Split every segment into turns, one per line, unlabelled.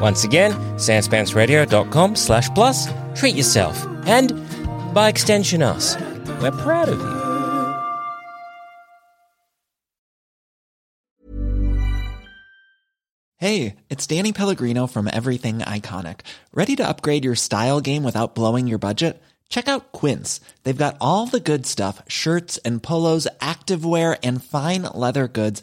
Once again, sanspantsradio.com slash plus, treat yourself, and by extension us. We're proud of you.
Hey, it's Danny Pellegrino from Everything Iconic. Ready to upgrade your style game without blowing your budget? Check out Quince. They've got all the good stuff shirts and polos, activewear, and fine leather goods,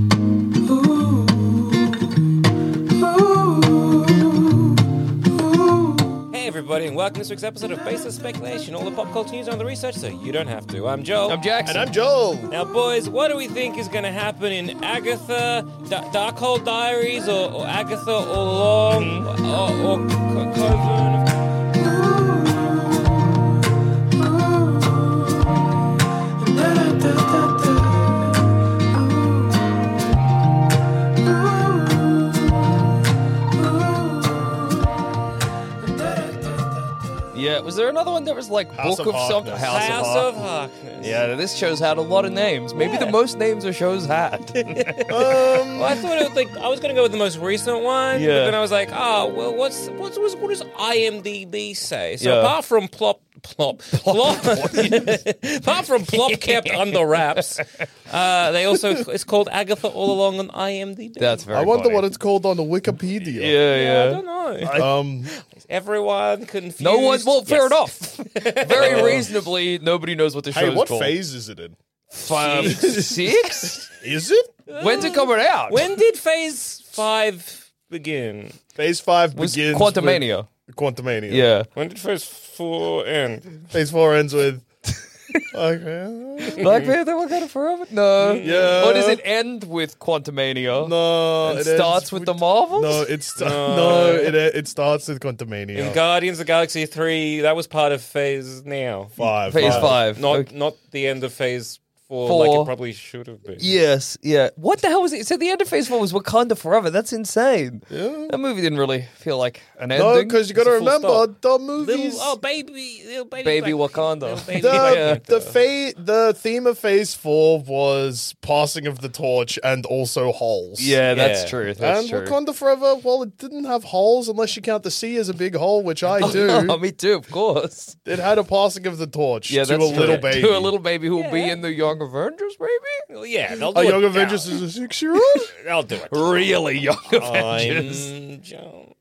Hey everybody, and welcome to this week's episode of Baseless Speculation, all the pop culture news on the research so you don't have to. I'm Joel.
I'm Jackson.
And I'm Joel.
Now, boys, what do we think is going to happen in Agatha, da- Darkhold Diaries, or, or Agatha, or Long, or, or Co- Coven?
Yeah, was there another one that was like
House
Book
of
of, something?
Harkness.
House,
House of
of Harkness.
Harkness.
Yeah, this show's had a lot of names. Maybe the most names a show's had.
Well, I thought it was like I was gonna go with the most recent one, but
Yeah.
then I was like, oh well, what's what's, what's what does IMDb say? So
Yeah.
apart from plop plop plop, apart from plop kept under wraps, uh, they also it's called Agatha all along on IMDb.
That's very
I wonder
funny.
what it's called on the Wikipedia.
Yeah,
I
yeah.
don't know.
Um,
Everyone confused.
No one. Well, fair
Yes.
enough. Very reasonably, nobody knows what the show's
hey, what
called.
phase is it in?
Five, six?
Is it
When's it coming out?
When did Phase Five begin?
phase five
was
begins?
Quantumania?
With Quantumania.
Yeah.
When did Phase Four end?
Phase four ends with. okay.
Black Panther, what kind of forever? No.
Yeah.
Or does it end with Quantumania?
No,
It
ends
starts with the Marvels?
No, it's uh, no, it it starts with Quantumania.
In Guardians of the Galaxy Three, that was part of Phase Now.
five,
Phase five.
Not
Okay.
not the end of Phase Four, like
Four.
it probably should have been.
Yes, yeah. What the hell was it? So the end of Phase Four was Wakanda Forever. That's insane. That movie didn't really feel like an ending.
No, because you got to
It's a full
remember
stop.
the
Little,
movies.
oh, baby, little baby,
Baby
Black-
Wakanda.
little baby Black
Yeah.
The,
Panther.
the, fa- the theme of phase four was passing of the torch and also holes.
yeah, that's
Yeah.
true. That's
and
true.
Wakanda Forever, well, it didn't have holes unless you count the sea as a big hole, which I
Oh,
do.
me too, of course.
it had a passing of the torch
Yeah,
to a
that's true.
little baby.
To a little baby who will be in the Young Avengers, maybe?
Well, yeah, they'll do
A
it.
young Avengers is a six year old?
Yeah, I'll do it.
Really Young Avengers.
I'm Joe.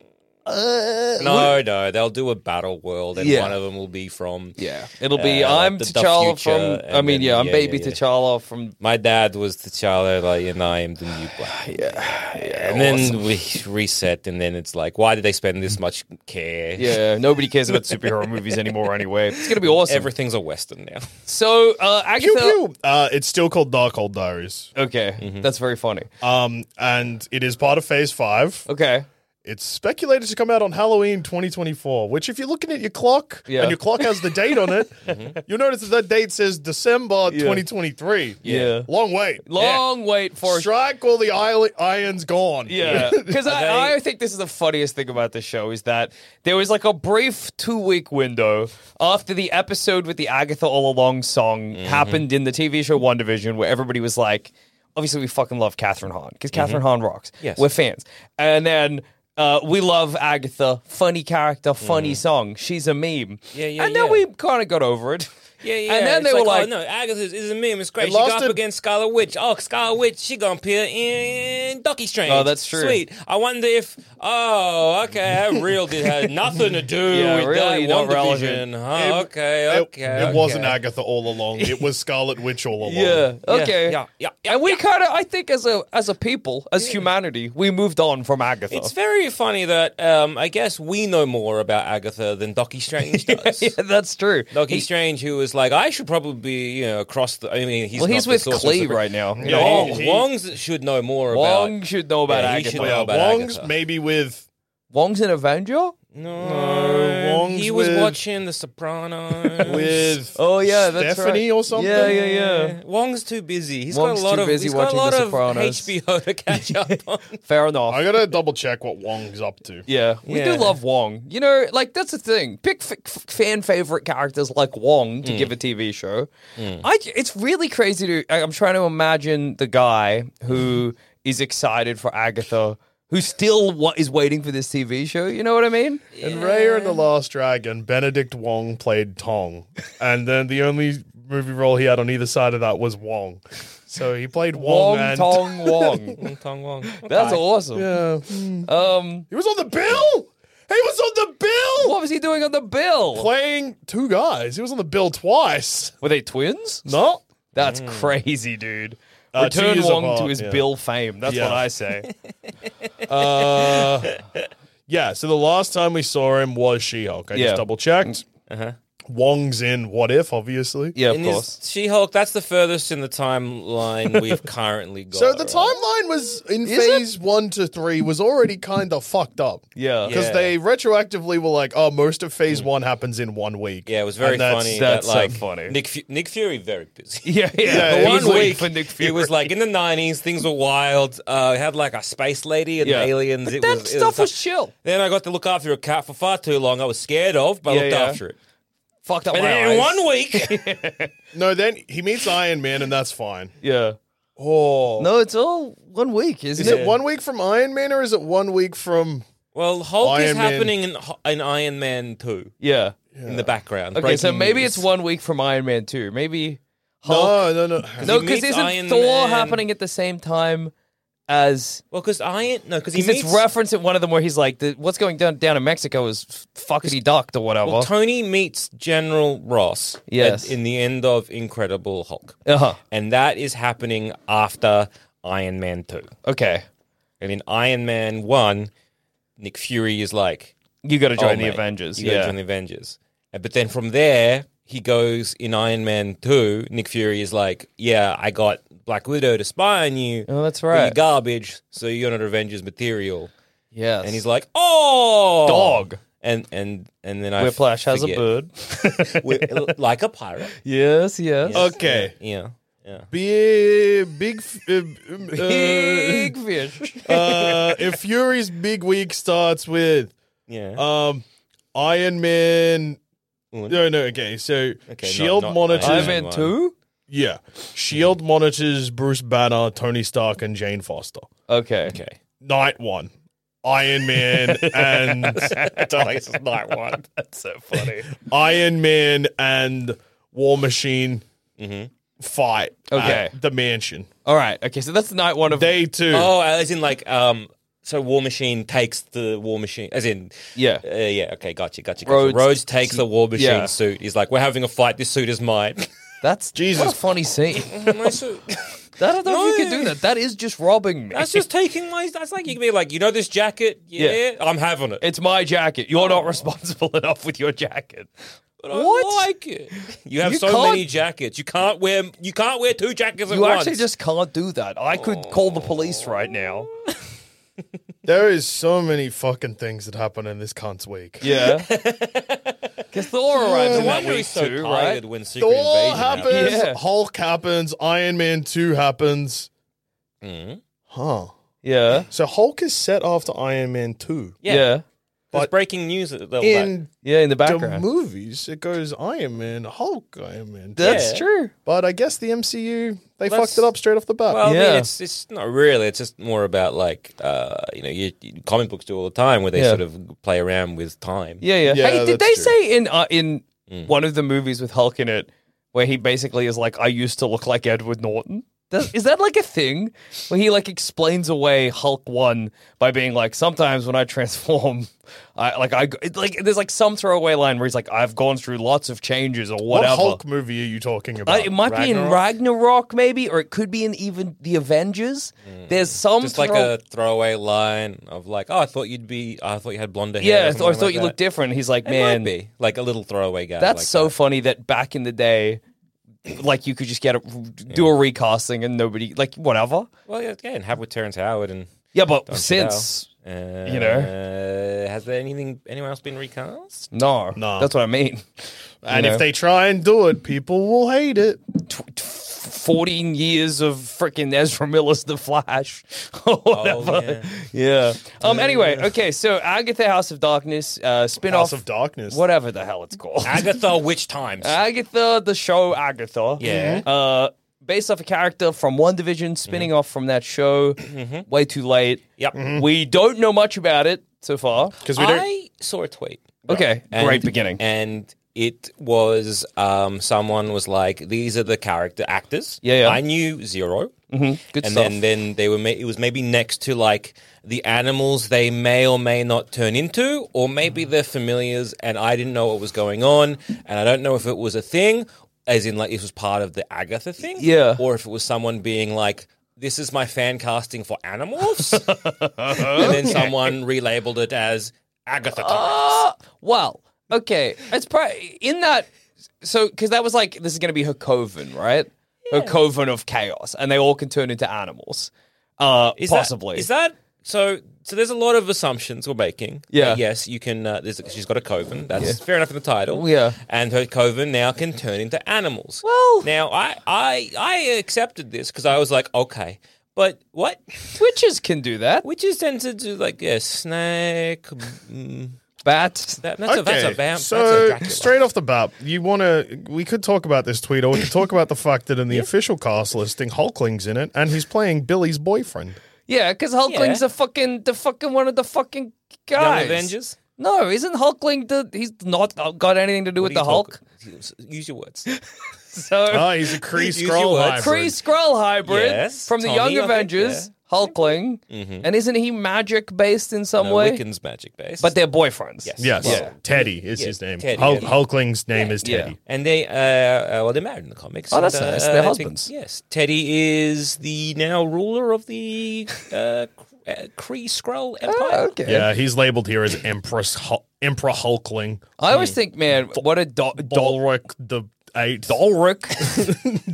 Oh, no, no, they'll do a battle world, and
Yeah.
one of them will be from
Yeah. It'll be
Uh,
I'm
the- the
T'Challa
future,
from I
and
mean,
then-
yeah, I'm
yeah,
baby
yeah, yeah.
T'Challa from
My dad was T'Challa, like, and I am the new black. Yeah, And then we reset, and then it's like, why did they spend this much care?
Yeah, nobody cares about superhero movies anymore anyway. It's gonna be awesome.
everything's a western now.
so uh Agatha
pew, pew. Uh, it's still called Darkhold Diaries.
Mm-hmm. Uh,
Okay. That's very funny.
Um, and it is part of phase five.
Okay.
It's speculated to come out on Halloween 2024, which, if you're looking at your clock
Yeah. Mm-hmm.
and your clock has the date on it, you'll notice that, that date says December
Yeah.
2023.
Yeah.
Long wait.
Long wait for
Strike while the il- iron's gone.
Yeah, because I,
They-
I think this is the funniest thing about the show is that there was like a brief two week window after the episode with the Agatha All Along song
Mm-hmm.
happened in the TV show One Division, where everybody was like, obviously we fucking love Catherine Hahn because Catherine Hahn rocks.
Mm-hmm. Yes.
we're fans, and then. Uh, we love Agatha, funny character, funny song. She's a meme.
Mm-hmm. Yeah, yeah,
And then
yeah.
we kind of got over it.
Yeah, yeah.
And then
it's
they were
oh,
like,
no, Agatha is- is a meme. It's great.
It
she got
lasted-
up against Scarlet Witch. Oh, Scarlet Witch, she gonna appear in Doctor Strange.
Oh, that's true.
Sweet. I wonder if. Oh, okay. That real did had nothing to do
Yeah,
with
really
that
not
one
relevant.
division.
It-
Huh? Okay,
it-
okay.
It, wasn't
okay.
Agatha all along. It was Scarlet Witch all along.
Yeah. Okay.
yeah, yeah,
and we kind of, I think, as a as a people, as humanity, we moved on from Agatha.
It's very funny that um, I guess we know more about Agatha than Doctor Strange does.
yeah, that's true.
Doctor Strange, who was like, I should probably be, you know, across the. I mean, he's
Well,
not
he's
the
with
source of
Klee
the-
right now. You
You know,
Yeah,
know,
Wong,
he-
Wong's should know more about.
Wong should know about
Yeah, he
Agatha.
should know
Well,
about
Oh, Wong's
Agatha.
maybe with
Wong's an Avenger.
No,
Wong's
he was
with-
watching The Sopranos.
with
Oh, yeah, that's
Stephanie
right.
or something.
Yeah, yeah, yeah.
Wong's too busy. He's
Wong's
got a lot
too
of
busy
he's got a
watching
lot
The
of
Sopranos.
HBO to catch up on.
Fair enough.
I gotta double check what Wong's up to.
yeah, we do
Yeah.
love Wong. You know, like that's the thing. Pick f- f- fan favorite characters like Wong
Mm.
to give a TV show. I j it's really crazy to. I, I'm trying to imagine the guy who is excited for Agatha, who still wa- is waiting for this TV show. You know what I mean?
In Raya and the Last Dragon, Benedict Wong played Tong, and then the only movie role he had on either side of that was Wong. So he played
Wong
Wong, and uh,
Tong Wong.
Tong Wong.
That's awesome. Um,
hmm. he was on the bill. He was on the bill
what was he doing on the bill?
playing two guys. He was on the bill twice.
Were they twins?
No, Mm.
That's crazy, dude.
Uh, two
Return
years
Wong to
apart,
his
yeah.
Bill fame. That's what
Yeah.
I say.
Uh, yeah, so the last time we saw him was She Hulk. I
Yeah.
just double checked.
Uh-huh.
Wong's in What If, obviously.
Yeah, of
In
course.
his She-Hulk, that's the furthest in the timeline we've currently got.
So the
right?
timeline was in phase one to three was already kind of fucked up.
Yeah.
Because
Yeah. Mm.
they retroactively were like, oh, most of phase one happens in one week.
Yeah, it was very
And that's- uh,
funny.
that's
that,
so
like,
funny.
Nick, Fu- Nick Fury very busy.
Yeah, yeah.
yeah.
The one
He's waiting
week
for Nick
it
Fury.
was like in the nineties, things were wild. Uh, I had like a space lady and
Yeah.
aliens.
But
it
that
was, it
stuff was
like-
chill.
Then I got to look after a cat for far too long. I was scared of, but I
Yeah,
looked
yeah.
after it.
Fucked up
And
my
then in
eyes.
one week,
No, then he meets Iron Man, and that's fine.
Yeah.
Oh.
No, it's all one week, isn't
Is
it?
it one week from Iron Man, or is it one week from.
well, Hulk is
Iron Man.
happening in, Ho- in Iron Man Two
Yeah.
in the background.
Okay, so
breaking
maybe
news.
it's one week from Iron Man 2. Maybe
Oh, No, no, no.
No,
he
because
meets
isn't
Iron
Thor
Man.
happening at the same time as
Well, because Iron no, because he
because
meets
it's referenced at one of them where he's like, the, "What's going down down in Mexico is f- fuckity ducked or whatever."
well, Tony meets General Ross. at-
Yes.
in the end of Incredible Hulk,
uh-huh.
and that is happening after Iron Man Two.
Okay,
And in Iron Man One, Nick Fury is like,
you got to join
"Oh,
the
mate,
Avengers.
You gotta
Yeah,
join the Avengers. Uh, But then from there, he goes in Iron Man 2. Nick Fury is like, Yeah, I got Black Widow to spy on you.
Oh, that's
but You're
right.
garbage, so you're not Avengers material.
yes.
And he's like, Oh,
Dog.
And and and then I
Whiplash has
forget.
a bird.
Whi- like a pirate.
yes, yes.
Okay.
Yeah, yeah.
Big. Big. f- Uh, um, uh,
Big fish.
uh, if Fury's big week starts with
Yeah.
um, Iron Man.
Mm.
No, no, okay. So
Okay, not-
Shield
not
E monitors.
Iron
Iron Man
one.
two.
Yeah, Shield E monitors Bruce Banner, Tony Stark, and Jane Foster.
Okay.
okay.
Night one, Iron Man and
Alex is not one.
That's so funny.
Iron Man and War Machine
Mm-hmm.
fight.
Okay.
at the mansion.
All right. Okay. So that's night one of
Day two.
Oh, as in like um. So War Machine takes the War Machine, as in
Yeah.
Uh, yeah, okay, gotcha, gotcha. gotcha. Rhodes,
Rhodes-
takes the war machine
yeah.
suit. He's like, "We're having a fight. This suit is mine."
That's
Jesus.
What a funny scene.
my suit.
I don't know if you
No.
can do that. That is just robbing me.
That's just taking my. That's like you can be like, you know, this jacket. Yeah,
Yeah.
I'm having it.
It's my jacket. You're not responsible enough with your jacket.
But I like it. You have
You
so
can't-
many jackets. You can't wear. You can't wear two jackets at
You
once.
Oh. actually just can't do that. I could call the police right now.
There is so many fucking things that happen in this cunt's week.
Yeah. Because Thor arrives in
No
that
wonder
week
he's so
too,
tired
right?
when Secret
Thor
Invasion happens.
happens.
Yeah.
Hulk happens. Iron Man two happens.
Mm-hmm.
Mhm.
Huh.
Yeah.
So Hulk is set after Iron Man two.
Yeah.
Yeah.
There's
But
breaking news at the
In
Yeah, in the
the
background.
movies, it goes Iron Man, Hulk, Iron Man. two.
That's
Yeah.
true.
But I guess the MCU they
That's-
fucked it up straight off the bat.
Well, "Oh, I
Yeah.
mean, it's it's not really. It's just more about like uh, you know, you, you- comic books do all the time where they
Yeah.
sort of play around with time.
Yeah, yeah.
Yeah,
hey, did they
that's true.
say in uh, in
Mm.
one of the movies with Hulk in it where he basically is like, I used to look like Edward Norton? Does, is that like a thing where he like explains away Hulk one by being like, sometimes when I transform, I like I it, like there's like some throwaway line where he's like, I've gone through lots of changes or
what
whatever.
Hulk movie are you talking
Uh,
about?
it might be in
Ragnarok?
Ragnarok, maybe, or it could be in even the Avengers. There's some
Mm. Just like
throw-
a throwaway line of like, "Oh, I thought you'd be. I thought you had blonde hair."
yeah. I,
or
th-
something
I thought
like
you
that.
looked different. He's like,
It
man,
might be like a little throwaway guy.
That's
like
so
that.
funny that back in the day, like you could just get a do a recasting and nobody like whatever.
Well, yeah, yeah, and have with Terrence Howard and
Yeah, but
Don
since
Cheadle.
you
know, Uh, has there anything anyone else been recast?
no,
No.
that's what I mean.
And
you know.
if they try and do it, people will hate it.
Tw- tw- Fourteen years of freaking Ezra Miller's The Flash, or whatever. yeah. Um. Anyway, okay. So Agatha House of Darkness, uh, spin
House
off
of Darkness.
whatever the hell it's called.
Agatha, which times?
Agatha, the show Agatha.
Yeah. Mm-hmm.
Uh, based off a character from One Division, spinning off from that show. Way too late.
Yep.
We don't know much about it so far.
Because we don't.
I saw a tweet.
Okay,
And-
great beginning.
And it was um, someone was like, "These are the character actors."
Yeah, yeah.
I knew 0
Good
and
stuff.
then then they were. Ma- it was maybe next to like the animals they may or may not turn into, or maybe they're familiars, and I didn't know what was going on, and I don't know if it was a thing, as in like this was part of the Agatha thing,
Yeah.
or if it was someone being like. This is my fan casting for animals, and then someone relabeled it as Agatha. Times.
Uh, well, okay. It's probably in that. So, because that was like, this is going to be her coven, right? Her coven of chaos, and they all can turn into animals. Uh,
Is
possibly.
That, is that so? So there's a lot of assumptions we're making.
Yeah.
Uh, yes, you can. Uh, there's, she's got a coven. That's fair enough in the title.
Yeah.
And her coven now can turn into animals.
Well-
now I I I accepted this because I was like, okay, but what?
Witches can do that.
Witches tend to do like yeah, snake. mm,
Bats.
That, that's a that's a vamp.
so
that's a Dracula.
straight off the bat, you want to? We could talk about this tweet, or we could talk about the fact that in the official cast listing, Hulkling's in it, and he's playing Billy's boyfriend.
Yeah, because Hulkling's
Yeah.
a fucking the fucking one of the fucking
Young
guys.
Avengers.
No, isn't Hulkling the? He's not got anything to do with the Hulk.
Use your words.
So
Oh, he's a Kree
Use your
scroll
words.
hybrid.
Kree Skrull hybrid
Yes,
from the
Tommy, I
Young
think, Mm-hmm.
Avengers, Hulkling, and isn't he magic based in some
No,
way?
Wiccan's magic base.
But they're boyfriends.
Yes.
Yes,
Yeah.
Teddy is his name.
Teddy,
Hulk,
yeah.
Hulkling's name is
yeah.
Teddy.
And they, uh, uh, well, they're married in the comics.
Oh,
And,
that's
uh,
nice. They're
I think-
husbands.
yes, Teddy is the now ruler of the uh, K- uh, Kree Skrull Empire.
Oh, okay.
Yeah. he's labeled here as Empress Hul- Emperor Hulkling.
I
Mm.
always think, man, what a do- do-
Dolric the Eighth.
Dolric.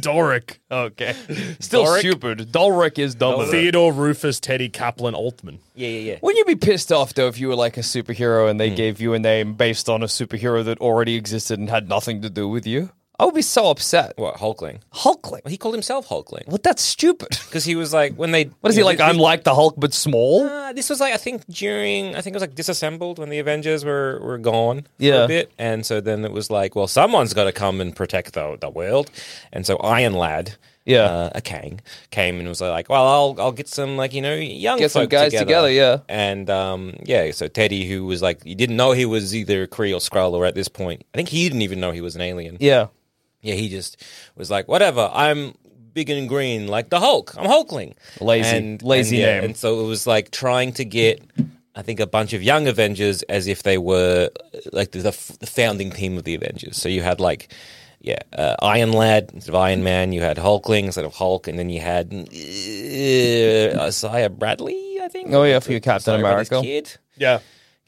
Doric. uh,
okay. Still
Doric?
stupid. Dolric is dumb. as that.
Theodore Rufus Teddy Kaplan Altman.
Yeah, yeah, yeah.
Wouldn't you be pissed off though if you were like a superhero and they
Mm.
gave you a name based on a superhero that already existed and had nothing to do with you? I would be so upset.
What Hulkling?
Hulkling.
Well, he called himself Hulkling
What? That's stupid.
because he was like when they.
What is he like?
This,
I'm like the Hulk, but small.
uh, this was like I think during I think it was like disassembled when the Avengers were were gone for
Yeah.
a bit, and so then it was like, well, someone's got to come and protect the the world, and so Iron Lad.
Yeah.
uh, a Kang came and was like, "Well, I'll I'll get some like you know young
Get some
folk
guys together, yeah.
and um, yeah." So Teddy, who was like, you didn't know he was either Kree or Skrull, or at this point, I think he didn't even know he was an alien.
Yeah.
Yeah, he just was like, whatever, I'm big and green like the Hulk. I'm Hulkling.
Lazy- lazy
and,
name.
And so it was like trying to get, I think, a bunch of young Avengers as if they were uh, like the, the f- the founding team of the Avengers. So you had like, yeah, uh, Iron Lad instead of Iron Man. You had Hulkling instead of Hulk, and then you had uh, Isaiah Bradley, I think.
Oh yeah, for your Captain
Isaiah Bradley's
America.
kid,
Yeah.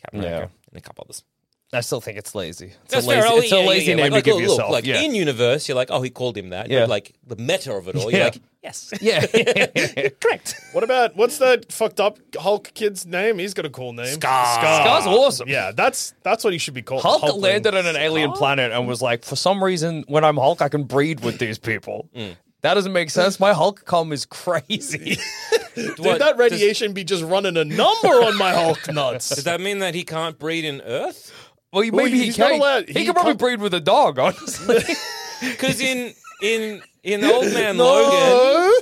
Captain America, and a couple others.
I still think it's lazy. It's
That's
a lazy,
fair. Oh,
it's
yeah,
a
yeah,
lazy
yeah.
name
like,
you
look,
give
look,
yourself.
Like
yeah.
in universe, you're like, oh, he called him that.
Yeah.
But like the meta of it all, you're
Yeah.
like, yes,
yeah. Correct.
What about what's that fucked up Hulk kid's name? He's got a cool name. Scar. Scar.
Scar's awesome.
Yeah, that's that's what he should be called.
Hulk
Hulkling.
landed on an alien planet and was like, for some reason, when I'm Hulk, I can breed with these people. That doesn't make sense. My Hulk com is crazy.
Dude, that radiation be just running a number on my Hulk nuts.
Does that mean that he can't breed in Earth?
well, maybe
Well,
he
he's not
can.
allowed-
He,
he
could probably
can't-
breed with a dog, honestly.
Because in in in Old Man
Uh,
Logan,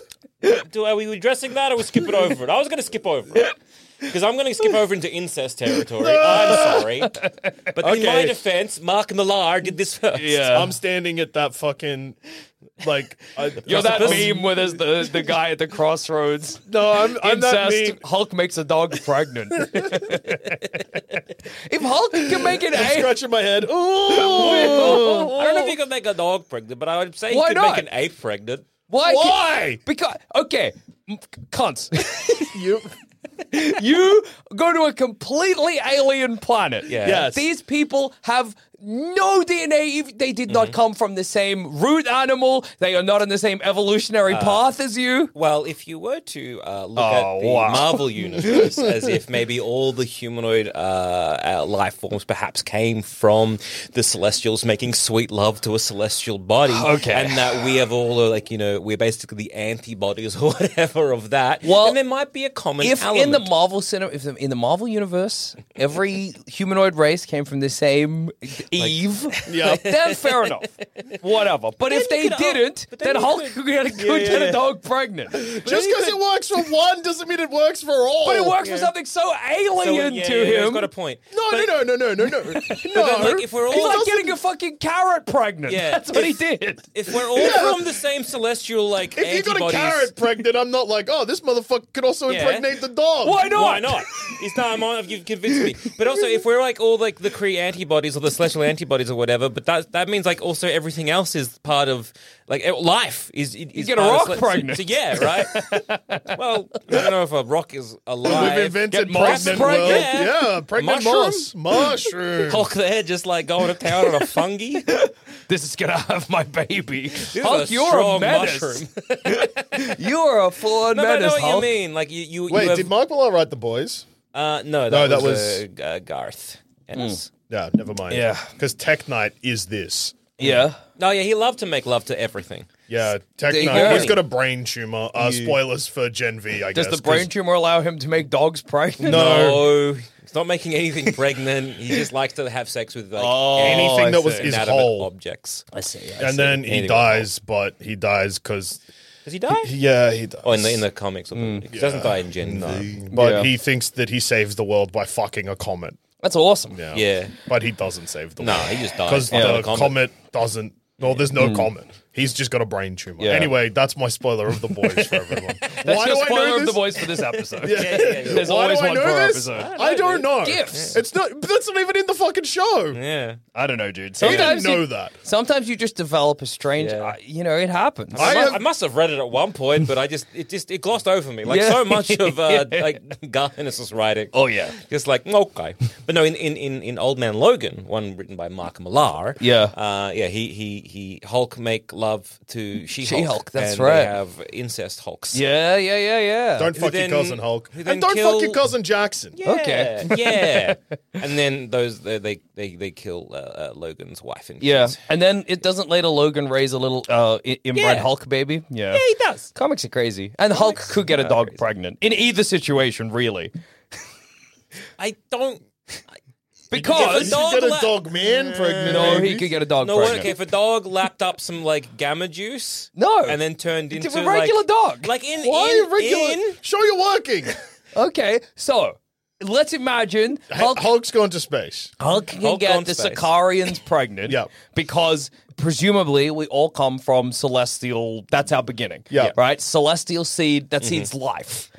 do are we addressing that or we skip it over it? I was going to skip over it because I'm going to skip over into incest territory. I'm sorry, but in my
Okay.
defense, Mark Millar did this first.
I'm standing at that fucking like I,
You're that
Octopus.
meme where there's the, the guy at the crossroads.
No, I'm I'm that
Incest.
mean.
Hulk makes a dog pregnant. if Hulk can make an
I'm
ape,
scratching my head. Ooh.
I don't know if you could make a dog pregnant, but I would say
Why
you could
not?
make an ape pregnant.
why? can-
Why?
because okay, m- cunts.
You
you go to a completely alien planet.
Yeah.
Yes.
These people have no DNA. ev- They did not come from the same root animal. They are not on the same evolutionary path as you.
Well, if you were to uh, look
Oh,
at the
wow.
Marvel universe as if maybe all the humanoid uh, uh, life forms perhaps came from the Celestials making sweet love to a Celestial body,
Okay.
and that we have all uh, like you know we're basically the antibodies or whatever of that.
Well,
then there might be a common
If
element.
in the Marvel cinema, if in the Marvel universe, every humanoid race came from the same Eve,
Yeah.
then fair enough, whatever. But if
Then
they
you could-
didn't,
but then
then,
you
Hulk
could-
could get a, could
yeah,
get a
yeah.
dog pregnant.
just because it works for one doesn't mean it works for all.
But it works for something so
Oh, So,
alien
yeah,
to
yeah, yeah,
him.
he's got a point.
No,
But-
no, no, no, no, no, no. no.
then, like, if we're all-
It's
Well,
like
doesn't-
getting a fucking carrot pregnant.
Yeah.
That's what
If-
he did.
If we're all from the same celestial like
if you
antibodies,
got a carrot pregnant, I'm not like, oh, this motherfucker could also
Yeah.
impregnate the dog.
Why not?
Why not? It's not. I'm on, you've convinced me. But also, if we're like all like the Kree antibodies or the celestial antibodies or whatever, but that that means like also everything else is part of like eh, life is. is you
get a rock pregnant.
So, yeah, right. well, I don't know if a rock is alive.
We've invented
Get moss
pregnant
pregnant.
world.
Yeah.
Yeah, pregnant
Mushroom?
moss. Mushroom.
Hulk there just like going to town on a fungi.
This is gonna have my baby.
Hulk,
Hulk, you're a menace.
mushroom.
You're a full-on
No, but I know
menace,
what
Hulk.
you mean. Like you, you,
Wait,
you have,
did Mark Millar write the boys?
uh, no, that
No, that
was, uh, uh, Garth. Ennis.
Yeah, never mind.
Yeah.
because Tech Knight is this.
Yeah.
No, Oh, yeah, he loved to make love to everything.
Yeah, Tech
There you
Knight.
go.
He's got a brain tumor. Uh, spoilers for Gen V. I
Does
guess.
the brain
'cause-
tumor allow him to make dogs pregnant?
No, he's not making anything pregnant. He just likes to have sex with like
anything that was
inanimate
his whole.
objects. I see. I
and then he
Anything.
dies, but he dies because
Does he die?
yeah, he dies.
oh, in the in the comics, or the he doesn't die in Gen. No.
but
Yeah.
he thinks that he saves the world by fucking a comet.
That's awesome.
Yeah,
Yeah.
but he doesn't save the
No,
world.
he just dies
because
by
the
a comet. Hmm.
comet. doesn't. Well, there's no comet. He's just got a brain tumor.
Yeah.
Anyway, that's my spoiler of the boys for everyone.
That's
Why
your
do I
spoiler
know
of the
this?
boys for this episode.
Yeah, yeah, yeah.
There's always
Why
one
do I
per
know this?
episode.
I don't know.
Gifts.
It's not. But that's not even in the fucking show.
Yeah.
I don't know, dude.
So-
So I didn't
Sometimes you-
know that.
Sometimes you just develop a strange.
Yeah.
I- you know, it happens.
I,
I
mu-
have-
I must have read it at one point, but I just it just it glossed over me. Like
Yeah.
so much of uh, like Garfinis's writing.
Oh, yeah.
just like okay. But no, in, in, in, in Old Man Logan, one written by Mark Millar.
Yeah.
uh, yeah. He he he Hulk make love to She Hulk.
She-Hulk, that's
and They
right.
have incest Hulks.
yeah, yeah, yeah, yeah.
Don't
Who
fuck
then-
your cousin Hulk,
who then
and don't
kill-
fuck your cousin Jackson.
Yeah,
Okay.
yeah. And then those they they they, they kill uh, uh, Logan's wife. And
Yeah,
kids.
and then it doesn't later Logan raise a little uh, i-
Yeah.
inbred Hulk baby. Yeah.
yeah, he does.
Comics are crazy, and Hulk could get a dog pregnant in either situation, really,
I don't.
because
Yeah, but
You get
la-
a dog man pregnant.
no, he
maybe.
could get a dog
No,
pregnant.
okay. If a dog lapped up some like gamma juice,
No.
and then turned
It's
into
a regular
like,
dog.
like in
Why
in,
regular?
in-
Show you're working.
okay, so let's imagine Hulk.
Hulk's gone to space.
Hulk can
Hulk gone
get the
space.
Sicarians pregnant
Yeah.
because presumably we all come from celestial. That's our beginning.
Yeah.
Right? Celestial seed, that seed's life.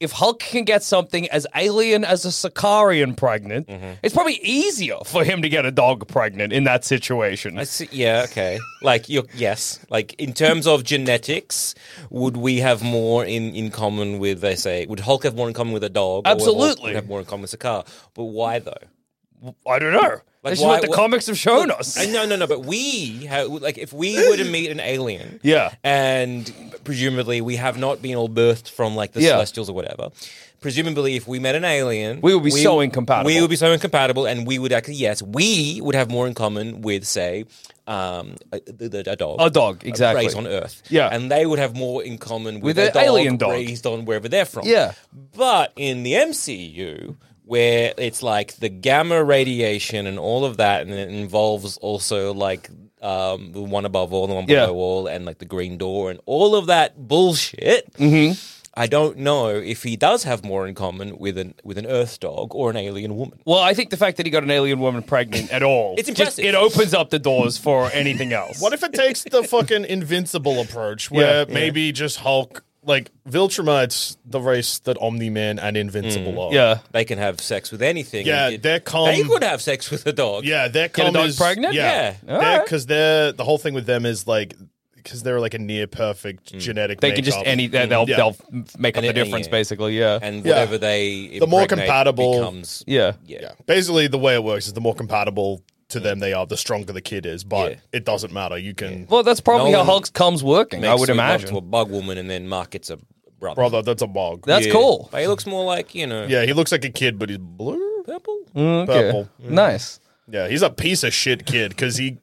If Hulk can get something as alien as a Sicarian pregnant, it's probably easier for him to get a dog pregnant in that situation.
I see. Yeah, okay. Like you, yes. Like in terms of genetics, would we have more in, in common with? They say, would Hulk have more in common with a dog? or would Hulk
Absolutely.
have more in common with a car. But why though?
I don't know.
Like,
That's
why-
what the
wha-
comics have shown us.
I- no, no, no. But we, ha like, if we were to meet an alien,
Yeah.
and presumably we have not been all birthed from like the
Yeah.
Celestials or whatever. Presumably, if we met an alien,
We would be so incompatible.
We would be so incompatible, and we would actually yes, we would have more in common with say, um, a, the- a dog,
A dog, exactly.
raised on Earth,
Yeah.
and they would have more in common with,
With an
a dog
alien dog.
raised on wherever they're from,
Yeah.
but in the MCU, where it's like the gamma radiation and all of that, and it involves also like um, the one above all, the one below
Yeah.
all, and like the green door and all of that bullshit.
Mm-hmm.
I don't know if he does have more in common with an with an Earth dog or an alien woman.
Well, I think the fact that he got an alien woman pregnant at all,
It's
just-
impressive.
it opens up the doors for anything else.
What if it takes the fucking invincible approach where
Yeah.
maybe just Hulk, like Viltrumites, the race that Omni Man and Invincible are.
Mm, yeah.
They can have sex with anything.
Yeah,
And it-
they're calm.
They could have sex with a dog.
Yeah, their
a
cum
dog
is
pregnant?
Yeah,
Yeah.
Alright.
because they're the whole thing with them is like because they're like a near perfect genetic.
Mm. They can just
makeup. Mm,
any they- they'll
Yeah.
they'll make up
And it-
the
and
difference
yeah.
basically. Yeah,
and
Yeah.
whatever they
The more
impregnate
compatible-
becomes.
yeah,
Yeah.
Yeah, basically the way it works is the more compatible to them they are, the stronger the kid is. But
Yeah.
it doesn't matter. You can
Mm. Well, that's probably
No
how
one
Hulk's comes working. I
Makes
would
sweet love to
imagine.
a bug woman and then markets a brother.
brother. That's a bog.
That's
Yeah.
cool.
But he looks more like you know
yeah, he looks like a kid, but he's blue,
purple.
Okay.
purple.
Nice.
Yeah, he's a piece of shit kid because he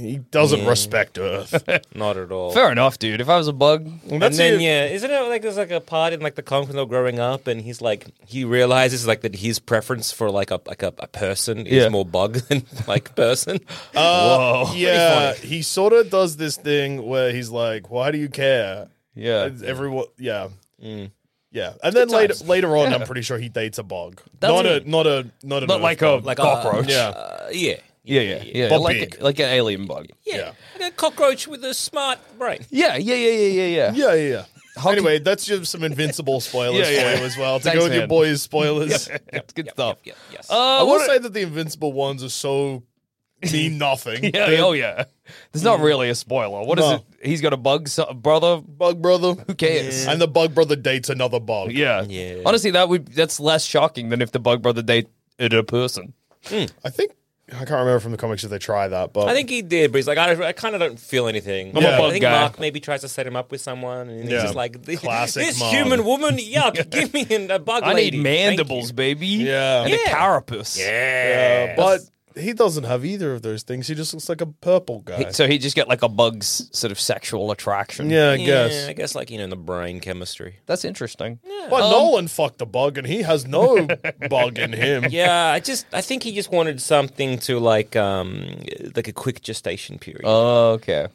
he doesn't respect Earth. Uh,
Not at all.
Fair enough, dude. If I was a bug,
And
That's
then
it.
yeah, isn't it like there's like a part in like the comic when they're growing up and he's like he realizes like that his preference for like a like a, a person is
Yeah.
more bug than like person.
Uh, Yeah, he sort of does this thing where he's like, "Why do you care?"
yeah.
It's everyone, yeah, yeah. And then later, later on, I'm pretty sure he dates a bog, not a, not a, not a,
But like a
Like a-
cockroach.
yeah,
Uh, yeah.
yeah, yeah, yeah.
But
Like
big.
like an alien bug.
yeah,
Yeah.
Like a cockroach with a smart brain.
Yeah, yeah, yeah, yeah, yeah, yeah.
yeah, yeah. yeah.
How
anyway, that's just some invincible spoilers
Yeah, yeah.
for you as well. To
Thanks,
go with your
man.
boys' spoilers,
It's good stuff.
Yep, yes.
Uh,
I will
what-
say that the invincible ones are so mean nothing.
yeah,
They're
oh yeah. There's not really a spoiler. What is
No.
it? He's got a bug so- brother.
bug brother,
Who cares?
and the bug brother dates another bug.
Yeah.
Yeah.
Honestly, that would that's less shocking than if the bug brother dated a person.
I think I can't remember from the comics if they try that, but
I think he did, but he's like, I, I kind of don't feel anything.
I'm a
I
bug
think
guy.
Mark maybe tries to set him up with someone, and he's
Yeah.
just like, this,
Classic
this
Mark.
human woman, yuck, give me an- a bug
I
lady.
need
Thank you."
mandibles, baby.
Yeah.
And a
Yeah.
carapace.
Yeah.
Uh, but he doesn't have either of those things. He just looks like a purple guy.
He- So he just got like a bug's sort of sexual attraction.
yeah,
Yeah,
I
I
guess.
guess like, you know, the brain chemistry.
That's interesting.
But
Um,
Nolan fucked a bug, and he has no bug in him.
Yeah, I just I think he just wanted something to like um like a quick gestation period.
Oh, okay.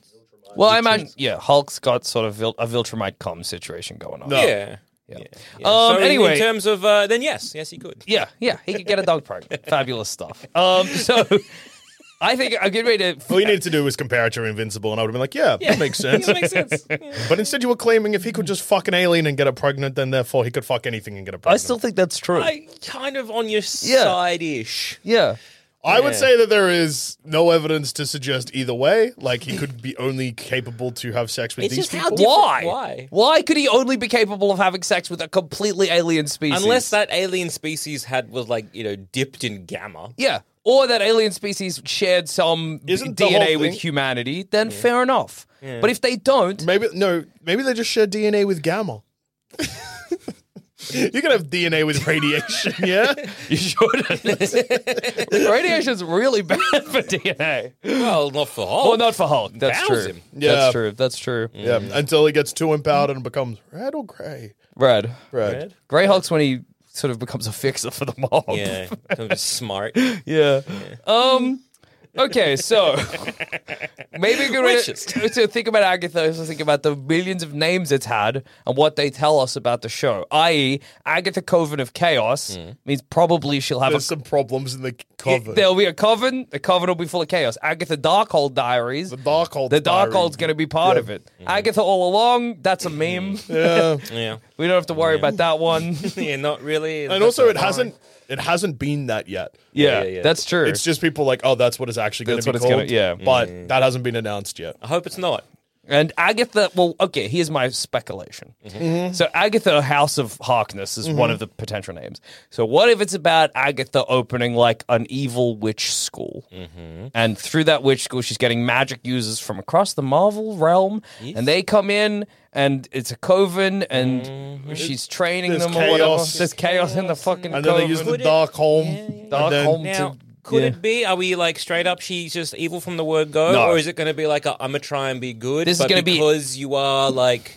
Well, I imagine, yeah, Hulk's got sort of vil- a Viltrumite cum situation going on.
No.
yeah.
Yeah.
Yeah.
Um,
so in- in,
anyway-
terms of uh, then yes, yes he could.
Yeah, yeah, he could get a dog pregnant. Fabulous stuff. Um, so I think a good way to.
All you needed to do was compare it to Invincible, and I would have been like, yeah, that makes sense.
That makes sense.
But instead, you were claiming if he could just fuck an alien and get her pregnant, then therefore he could fuck anything and get her
I
pregnant.
still think that's true.
I kind of on your
Yeah.
side ish.
yeah.
I would
Yeah.
say that there is no evidence to suggest either way. Like, he could be only capable to have sex with
It's
these
just how
people.
different-
Why?
Why?
Why could he only be capable of having sex with a completely alien species?
Unless that alien species had was like, you know, dipped in gamma.
Yeah. Or that alien species shared some
Isn't the
DNA
whole
with
thing-
humanity, then fair enough. But if they don't,
Maybe no. Maybe they just share DNA with gamma. you can have DNA with radiation, yeah.
you shouldn't. Radiation's really bad for DNA.
Well, not for all.
Well, not for Hulk. That's
Bounds
true.
him.
Yeah.
That's true. That's true.
yeah, until he gets too empowered and becomes red or grey.
Red.
Red.
Grey Hulk's when he sort of becomes a fixer for the mob.
Yeah, kind of smart.
Yeah. Um. Okay, so maybe a good way to,
Racist.
to think about Agatha is to think about the millions of names it's had and what they tell us about the show. I.e., Agatha Coven of Chaos
Hmm.
means probably she'll have
There's
a.
some problems in the cover.
There'll be a coven. The coven will be full of chaos. Agatha Darkhold Diaries.
the Darkhold.
The Darkhold's going to be part of it.
Hmm.
Agatha all along. That's a meme.
Yeah,
We don't have to worry about that one.
yeah, not really.
and also it hasn't it hasn't been that yet.
Yeah,
yeah, yeah.
that's true.
It's just people like, oh, that's what it's actually going
That's
to be
what it's gonna-
called.
yeah.
but that hasn't been announced yet.
I hope it's not.
And Agatha, well, okay, here's my speculation. So, Agatha House of Harkness is one of the potential names. So, what if it's about Agatha opening like an evil witch school? And through that witch school, she's getting magic users from across the Marvel realm, and they come in, and it's a coven, and she's training
There's
them or whatever.
chaos.
Therek chaos in the fucking
And then they use the
Could it-
dark home.
Dark
and then-
home
Now,
to-
could
yeah.
it be? Are we like straight up? She's just evil from the word go,
No.
or is it going to be like i am I'm gonna try and be good?
This is
but
gonna be-
because you are like.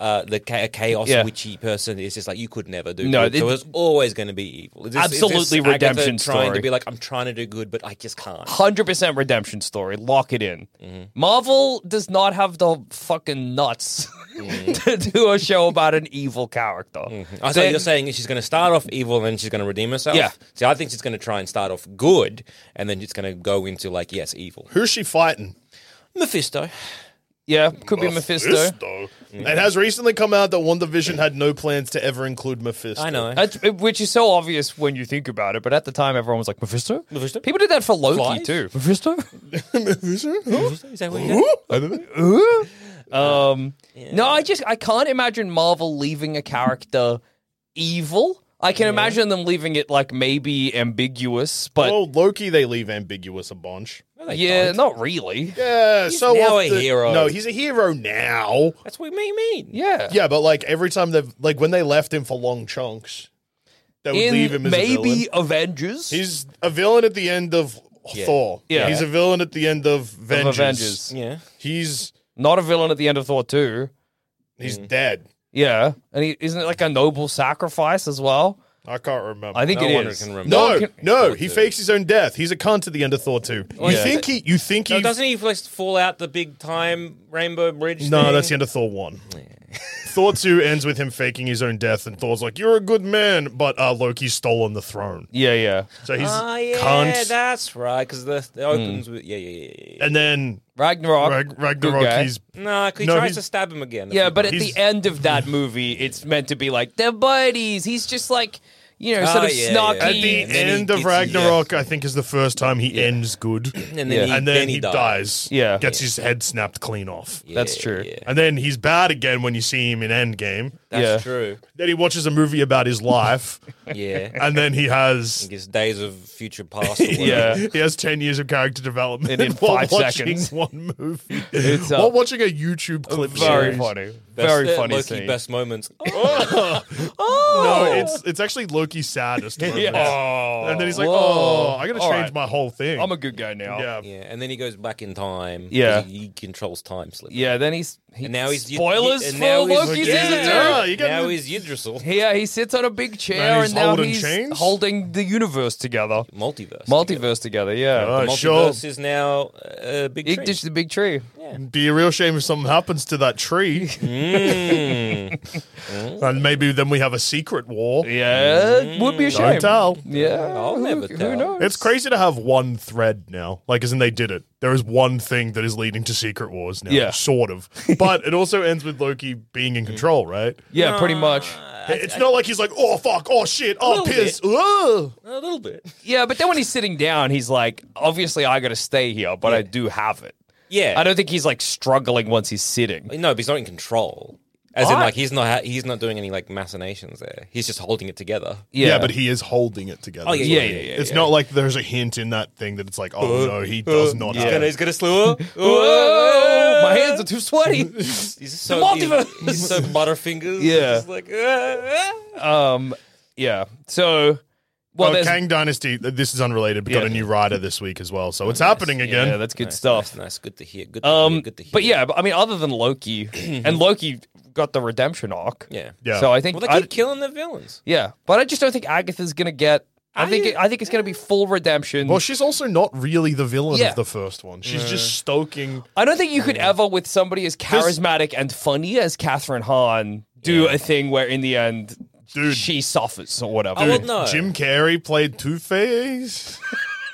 Uh, the cha- chaos
Yeah.
witchy person is just like you could never do.
No,
good, so
it-
it's always going to be evil. Is this- is this
Absolutely
Agatha
redemption
trying
story.
to be like I'm trying to do good, but I just can't.
hundred percent redemption story. Lock it in. Marvel does not have the fucking nuts to do a show about an evil character.
I thought
Then-
you're saying she's going to start off evil and then she's going to redeem herself.
Yeah.
See, I think she's going to try and start off good and then it's going to go into like yes, evil.
Who's she fighting?
Mephisto.
yeah, could be Mephisto.
It has recently come out that WandaVision had no plans to ever include Mephisto.
I know.
That's- which is so obvious when you think about it, but at the time everyone was like Mephisto.
Mephisto?
People did that for Loki
Flies?
too. Mephisto.
Is that what you got?
Um, No, I just I can't imagine Marvel leaving a character evil. I can imagine them leaving it like maybe ambiguous, but
Well, Loki they leave ambiguous a bunch.
they
yeah,
don't.
not really.
Yeah, so
now a
often-
hero.
No, he's a hero now.
That's what we mean.
Yeah.
Yeah, but like every time they've like when they left him for long chunks, they would
in
leave him as a
maybe
villain.
Avengers.
He's a villain at the end of Thor.
Yeah.
he's a villain at the end of
of
Vengeance.
Avengers.
Yeah.
He's
Not a villain at the end of Thor 2.
he's dead.
Yeah. And he, isn't it like a noble sacrifice as well?
I can't remember.
I think
No
it
one
is.
can remember.
no,
one
no,
can-
he fakes his own death. He's a cunt at the end of Thor two. You
yeah.
think he? You think
So
he?
doesn't he first fall out the big time rainbow bridge?
No,
thing?
that's the end of Thor one. Thor two ends with him faking his own death, and Thor's like, "You're a good man," but uh, Loki's stolen the throne,
Yeah, yeah.
so he's
Ah, yeah,
cunt.
that's right. Because the, the opens with yeah, yeah, yeah, yeah, yeah.
and then
Ragnarok.
Rag-
good guy.
Ragnarok, he's
No, 'cause he
No,
tries
he's-
to stab him again.
yeah, but at
He's-
the end of that movie, it's meant to be like, they're buddies. He's just like, you know,
Oh,
sort of
yeah,
snarky.
yeah.
at the
And then he
end of
gets-
Ragnarok. I think is the first time he ends good, and
and then,
Yeah.
He,
then, he, dies.
Yeah.
gets his head snapped clean off,
That's true.
Yeah,
and then he's bad again when you see him in Endgame.
that's
Yeah.
true.
Then he watches a movie about his life,
Yeah,
and then he has
he gets days of future past. Or whatever.
Yeah.
he has 10 years of character development
And in
while
five
watching
seconds.
one movie.
It's, uh,
while watching a YouTube clip
Very
series.
funny.
Best,
Very
uh,
funny
Loki
scene.
best moments.
No, Oh, it's it's actually Loki's saddest.
Oh. Yeah.
moment. And then he's like,
Whoa.
oh, I got to
All
change
right.
my whole thing.
I'm a good guy now.
yeah.
Yeah, and then he goes back in time. 'cause
Yeah.
he, he controls time slip.
Yeah, then he's. He,
And now he's
Spoilers
and
for
now he's-
Loki
Yeah.
season two.
Yeah, you got
now
the-
he's Yggdrasil.
Yeah, he sits on a big chair
And
and,
he's
now
holding
he's
chains?
holding the universe together.
Multiverse.
Multiverse together, yeah.
Uh,
Multiverse
sure.
is now uh, a big.
Big
tree.
dish, the big tree.
Be a real shame if something happens to that tree. and maybe then we have a secret war.
Mm. Yeah, would be a shame.
Mm. Don't tell.
Yeah,
I'll
who-
never
Who
tell.
knows?
It's crazy to have one thread now. Like, as in they did it. There is one thing that is leading to secret wars now.
Yeah.
Sort of. But it also ends with Loki being in control, right?
Yeah, pretty much.
it's not like he's like, oh fuck, oh shit, oh
little
piss, ugh.
a little bit.
Yeah, but then when he's sitting down, he's like, obviously, I got to stay here, but I do have it.
Yeah,
I don't think he's like struggling once he's sitting.
No, but he's not in control. As in,
I-
like he's not ha- he's not doing any like machinations there. He's just holding it together.
Yeah,
he is holding it together.
Oh, yeah,
is
yeah,
what it
yeah,
is.
yeah,
It's not like there's a hint in that thing that it's like, oh no, he does not.
He's
have
gonna
it.
he's gonna slur.
Whoa, my hands are too sweaty.
He's so
The multiverse.
He's, he's so butterfingers.
Yeah.
He's just like, "Ah, ah."
um, yeah. So, well,
Oh,
there's
Kang Dynasty. th- This is unrelated, but got
Yeah.
a new rider this week as well, so it's happening again.
yeah, that's good
Nice,
stuff.
Nice, ah." nice. Good to hear. Good to hear.
Um,
Good to hear.
but yeah, but, I mean, other than Loki, and Loki got the redemption arc.
yeah,
Yeah.
So I think
Well, they
I-
keep killing the villains.
Yeah, but I just don't think Agatha's gonna get. I think it, I think it's gonna be full redemption.
Well, she's also not really the villain
Yeah.
of the first one. She's just stoking.
I don't think you could ever, with somebody as charismatic and funny as Catherine Hahn, do a thing where in the end,
Dude.
she suffers or whatever.
Oh, well, no.
Jim Carrey played Two Face,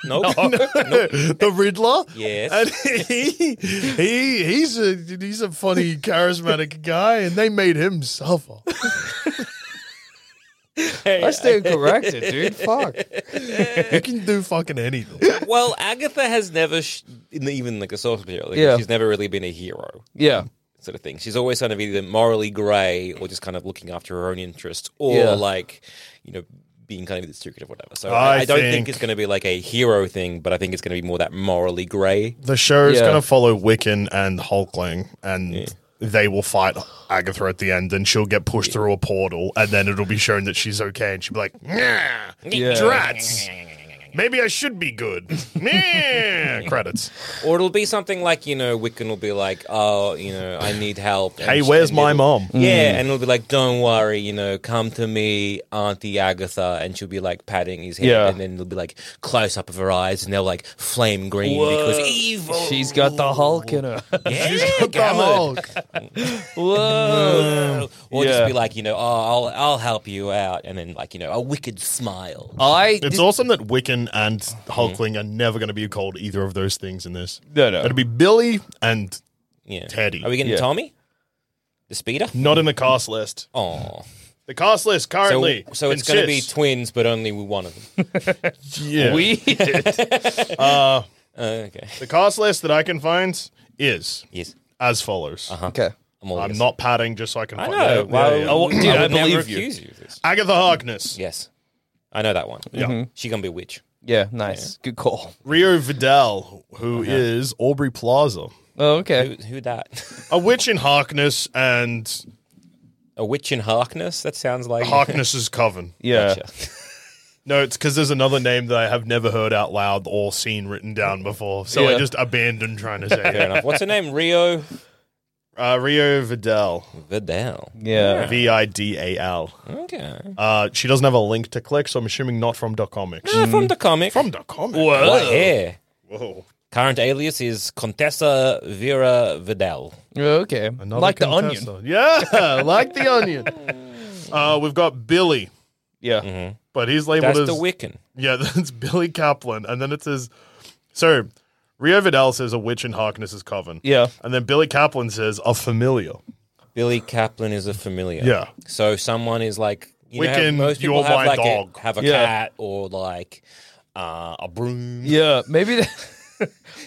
Nope.
the Riddler.
Oh, Yes.
and he, he he's a he's a funny, charismatic guy, and they made him suffer.
I stand corrected, dude. Fuck.
he can do fucking anything.
well, Agatha has never, sh- in the, even like the source material, like,
Yeah.
she's never really been a hero.
Yeah.
sort of thing. She's always kind of either morally grey or just kind of looking after her own interests, or
Yeah.
like you know being kind of secretive, or whatever. So I,
I
I don't think,
think-
it's going to be like a hero thing, but I think it's going to be more that morally grey.
The show is
Yeah.
going to follow Wiccan and Hulkling, and they will fight Agatha at the end, and she'll get pushed through a portal, and then it'll be shown that she's okay, and she'll be like, yeah, drats. Maybe I should be good. Nyeh." Credits.
Or it'll be something like, you know, Wiccan will be like, oh, you know, I need help. And
Hey,
sh-
where's
and
my
it'll-
mom?
Yeah, and it'll be like, don't worry, you know, come to me, Auntie Agatha. And she'll be like patting his head.
Yeah.
And then it'll be like close up of her eyes and they'll like flame green because evil.
She's got the Hulk in her.
Yeah, come on.
Whoa.
Or
Yeah.
just be like, you know, oh, I'll, I'll help you out. And then, like, you know, a wicked smile.
I
It's awesome that Wiccan and
Mm-hmm.
Hulkling are never going to be called either of those things in this.
No, no.
It'll be Billy and
Yeah.
Teddy.
Are we getting
Yeah.
Tommy? The speeder?
not in the cast list.
Oh.
The cast list
So,
currently.
so it's going to be
consists-
twins, but only with one of them.
yeah.
weird.
Uh, okay.
the cast list that I can find is
Yes.
as follows.
okay.
I'm, all
I'm
Uh-huh. yes.
not padding just so I can
I
find
know.
Yeah,
Why
yeah,
would-
yeah.
I would
dude, I
never
believe you.
accuse of this.
Agatha Harkness.
Yes. I know that one.
Yeah. Mhm.
She going to be a witch.
Yeah, nice. Good call.
Rio Vidal, who
Uh-huh.
is Aubrey Plaza.
Oh, okay.
Who, who that?
A witch in Harkness and
a witch in Harkness? That sounds like.
Harkness's coven.
Yeah.
Gotcha.
No, it's because there's another name that I have never heard out loud or seen written down before. So I
Yeah.
just abandoned trying to say
Fair
it.
enough. What's her name? Rio
Uh, Rio Vidal.
Vidal.
Yeah.
V I D A L.
Okay.
Uh, she doesn't have a link to click, so I'm assuming not from dot comics.
Mm.
Ah, from the comic.
Um, From dot comics.
What hair?
Whoa.
Current alias is Contessa Vera Vidal.
Oh, Okay.
Another
like the
contestant.
onion.
Yeah, like the onion. Uh, we've got Billy,
Yeah.
but he's labeled
That's
as
the Wiccan.
yeah. That's Billy Kaplan, and then it says so. Rio Vidal says a witch in Harkness's coven.
Yeah.
and then Billy Kaplan says a familiar.
Billy Kaplan is a familiar.
Yeah.
So someone is like you know,
Wiccan,
how most people
you're
have
my
like
dog.
A, have a
Yeah.
cat or like uh, a broom.
Yeah. Maybe. The,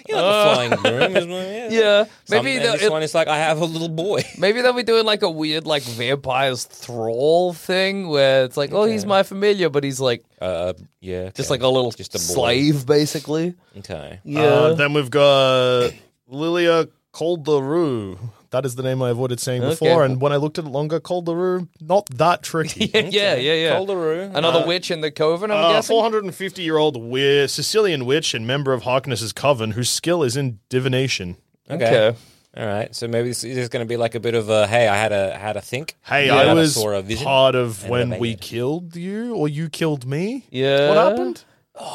You know, like a flying broom is one. Uh, Yeah.
yeah.
Some-
Maybe
and
the,
this one is like I have a little boy.
Maybe they'll be doing like a weird like vampires thrall thing where it's like, oh, he's my familiar, but he's like
Uh, yeah.
just
okay.
like a little
Just a boy.
slave, basically.
Okay.
Yeah.
Uh, then we've got Lilia Colderoo. That is the name I avoided saying before, and when I looked at it longer, Colderoo, not that tricky.
yeah, yeah, yeah.
Colderoo.
Another witch in the coven, I'm
Uh,
guessing.
450 year old wi- Sicilian witch and member of Harkness's coven, whose skill is in divination.
Okay. All right. So maybe this is just going to be like a bit of a hey, I had a had a think.
Hey,
Yeah.
I
Had a
was
sort of vision
part of
and
when
evaded.
we killed you, or you killed me.
Yeah.
What happened?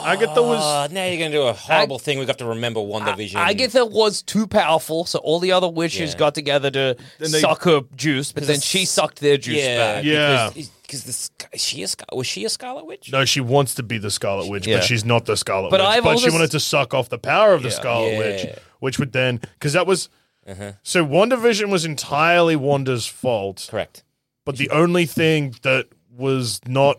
Agatha was.
Uh, now you're going to do a horrible thing. We've got to remember WandaVision.
I guess that was too powerful, so all the other witches
Yeah.
got together to
they-
suck her juice, but then she sucked their juice
yeah,
back.
Yeah.
Because, because the Sc- is she a Sc- was she a Scarlet Witch?
No, she wants to be the Scarlet Witch,
Yeah.
but she's not the Scarlet
But
Witch.
I've
but she
always-
wanted to suck off the power of the Scarlet
Yeah.
Witch, which would then. Because that was.
Uh-huh.
So WandaVision was entirely Wanda's fault.
Correct.
But the only thing that was not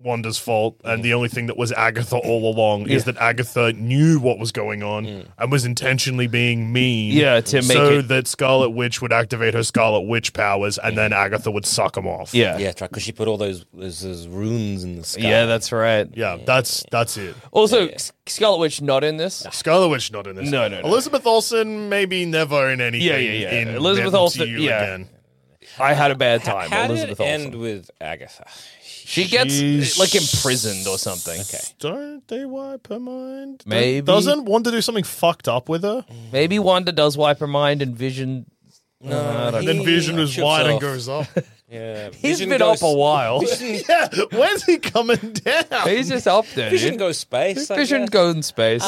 Wanda's fault, and the only thing that was Agatha all along, is that Agatha knew what was going on and was intentionally being mean.
Mm. Yeah, to make
so
it-
that Scarlet Witch would activate her Scarlet Witch powers, and then Agatha would suck them off.
Yeah, that's right. Because she put all those those, those runes in the sky.
Yeah, that's right.
yeah, that's that's it.
Also, S- Scarlet Witch not in this.
Scarlet Witch not in this.
No, no, no.
Elizabeth Olsen maybe never in anything.
Yeah, yeah, yeah.
In
Elizabeth
the
Olsen,
MCU
yeah.
Again.
I had a bad time.
How did
Elizabeth
it
Olsen.
end with Agatha?
She gets
She's-
like imprisoned or something. Okay.
Don't they wipe her mind?
Maybe.
doesn't Wanda do something fucked up with her?
Maybe Wanda does wipe her mind and Vision.
No,
And then Vision is wide and goes up.
Yeah,
He's
Vision
been
goes,
up a while.
yeah, where's he coming down?
He's just up there.
Vision
dude.
goes space. I
Vision
guess.
goes in space.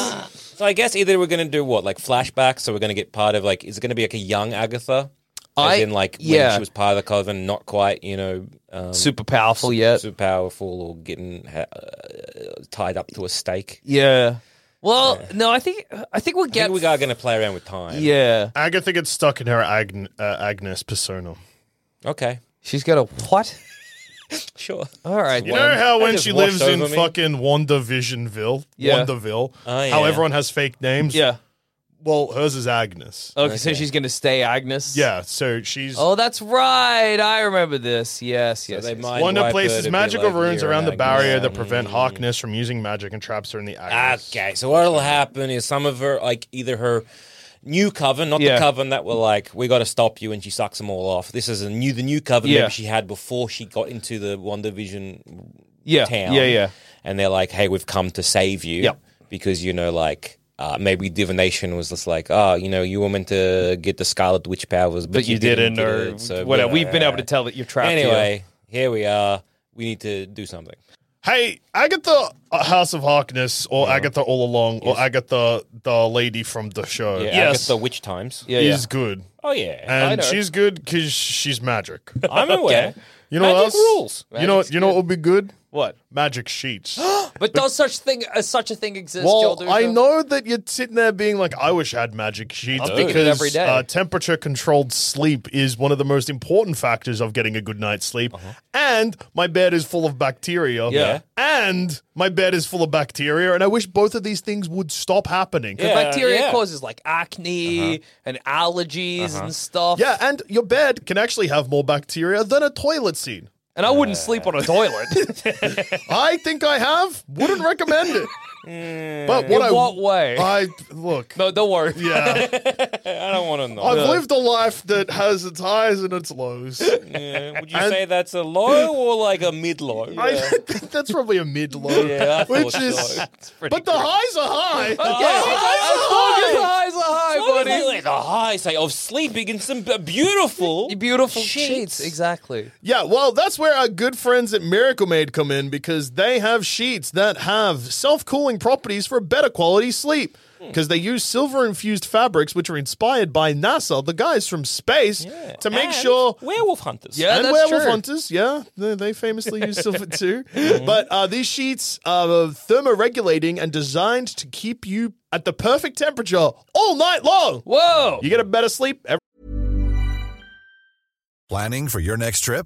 So I guess either we're going to do what, like flashbacks, so we're going to get part of like, is it going to be like a young Agatha?
I-
As in, like when
yeah.
she was part of the coven, not quite, you know, um,
Super powerful yet.
super powerful or getting ha- uh, tied up to a stake.
Yeah. Well, no, I think I think we'll
I
get.
think we are going to play around with time.
yeah.
Agatha gets stuck in her Agn- uh, Agnes persona.
Okay.
She's got a what?
Sure.
All right.
You know how
That
when
just
she
washed
lives in
over me.
fucking WandaVisionville,
Yeah.
WandaVille,
Oh, yeah.
how everyone has fake names?
Yeah.
Well, hers is Agnes.
Oh.
Okay, so she's going to stay Agnes?
yeah, so she's.
Oh, that's right. I remember this. Yes, yes.
they
yes.
might-
Wanda
White Bird
places
would be
magical
like,
runes
"You're
around the
Agnes."
barrier
Yeah.
that prevent Harkness from using magic and traps her in the Agnes.
Okay, so what'll happen is some of her, like either her new coven, not
Yeah.
the coven that were like, "We got to stop you," and she sucks them all off. This is a new, the new coven
Yeah.
maybe she had before she got into the Wonder Vision
yeah.
town.
Yeah, yeah.
And they're like, "Hey, we've come to save you,"
Yep.
because you know, like. Uh, maybe divination was just like, oh, you know, you were meant to get the Scarlet Witch powers, but,
But you didn't,
get
or
it, so
whatever.
whatever."
We've been able to tell that you're trapped. here.
Anyway, here we are. We need to do something.
Hey, Agatha uh, House of Harkness, or Agatha All Along, or Agatha the lady from the show.
Yeah,
yes,
the witch times.
Yeah, yeah.
is good,
Oh yeah,
and
know.
she's good because she's magic.
I'm aware.
You know what
Magic
else?
rules.
You know, you know what would be good?
What?
Magic sheets.
But does such thing uh, such a thing exist?
well,
Joel
I
Dusha?
know that you're sitting there being like, "I wish I had magic sheets,"
I'm thinking
because
every day.
Uh, temperature-controlled sleep is one of the most important factors of getting a good night's sleep. And my bed is full of bacteria.
Uh-huh. Yeah.
And my bed is full of bacteria, and I wish both of these things would stop happening. 'Cause
The
Yeah,
bacteria
yeah.
causes like acne and allergies and stuff.
Yeah, and your bed can actually have more bacteria than a toilet seat.
And I wouldn't sleep on a toilet.
I think I have. Wouldn't recommend it. But
In
what I
what way?
I look.
no, don't worry.
Yeah,
I don't want to know.
I've lived a life that has its highs and its lows.
Yeah, Would you say that's a low or like a mid low?
I think that's probably a mid low,
Yeah, I thought
which
so.
is.
It's
But the highs are high.
Yeah, as long as the eyes are high, buddy.
the high say of sleeping in some b- beautiful,
Beautiful sheets. Exactly.
Yeah, well, that's where our good friends at Miracle Maid come in because they have sheets that have self cooling properties for better quality sleep.
Hmm.
Because they use silver infused fabrics, which are inspired by NASA, the guys from space, to make
And
sure
werewolf hunters.
Yeah,
and
that's
werewolf
true.
hunters, yeah, they, they famously use silver too.
Mm-hmm.
But uh, these sheets are thermoregulating and designed to keep you at the perfect temperature all night long.
Whoa.
You get a better sleep every
Planning for your next trip?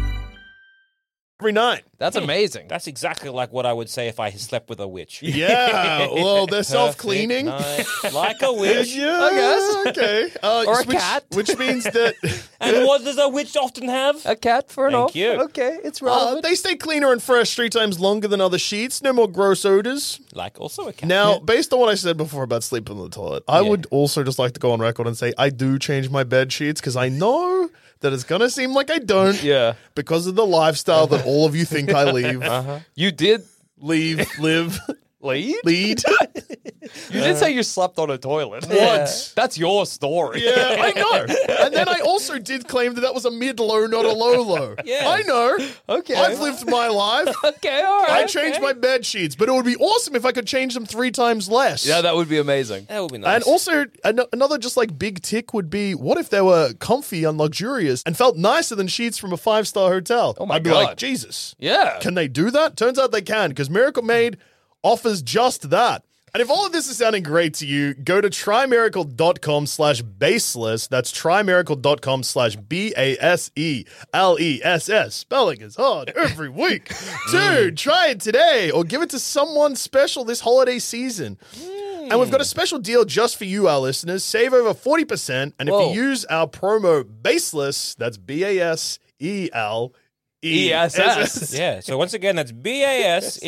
night.
That's amazing.
Hmm. that's exactly like what I would say if I slept with a witch.
Yeah, well, they're self cleaning.
Nice. like a witch.
Yeah,
I guess.
Okay. Uh,
Or a
which,
cat.
Which means that uh,
And what does a witch often have?
a cat for an
Thank
off.
you.
Okay, it's
uh,
relevant.
they stay cleaner and fresh three times longer than other sheets. No more gross odors.
Like also a cat.
Now, based on what I said before about sleeping in the toilet, I would also just like to go on record and say I do change my bed sheets because I know that it's going to seem like I don't.
Yeah.
Because of the lifestyle that all of you think I leave.
you did
Leave, live,
lead.
lead.
You did say you slept on a toilet.
What?
That's your story.
Yeah, I know. And then I also did claim that that was a mid low, not a low low.
Yeah.
I know.
Okay.
I've lived my life.
Okay. All right.
I changed my bed sheets, but it would be awesome if I could change them three times less.
Yeah, that would be amazing.
that would be nice.
and also an- another just like big tick would be what if they were comfy and luxurious and felt nicer than sheets from a five star hotel? Oh
my
I'd be
God.
like, Jesus,
Yeah.
can they do that? Turns out they can because Miracle Made offers just that. And if all of this is sounding great to you, go to trymiracle.com slash baseless. That's trymiracle.com slash B A S E L E S S. Spelling is hard every week. Dude, try it today or give it to someone special this holiday season. And we've got a special deal just for you, our listeners. Save over 40%. And
Whoa.
if you use our promo baseless, that's B A S E L E S S.
ESS.
yeah. So once again, that's B A S E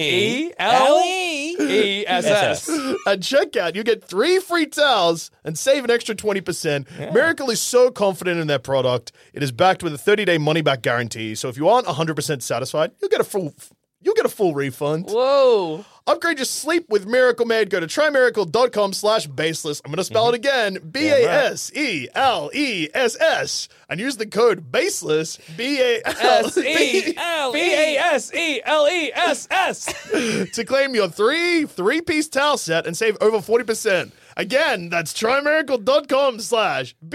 E L
L E
E S S.
At checkout, you get three free towels and save an extra 20%. Miracle is so confident in their product. It is backed with a 30-day money-back guarantee. So if you aren't 100% satisfied, you'll get a full you'll get a full refund.
Whoa.
Upgrade your sleep with Miracle Made. Go to trymiracle.com slash baseless. I'm going to spell it
Mm-hmm.
again. E B-A-S-E-L-E-S-S. And use the code baseless, E
S
B-A-L-E,
E L B A S E L E S S.
to claim your three, three-piece towel set and save over 40%. Again, that's trymiracle.com slash E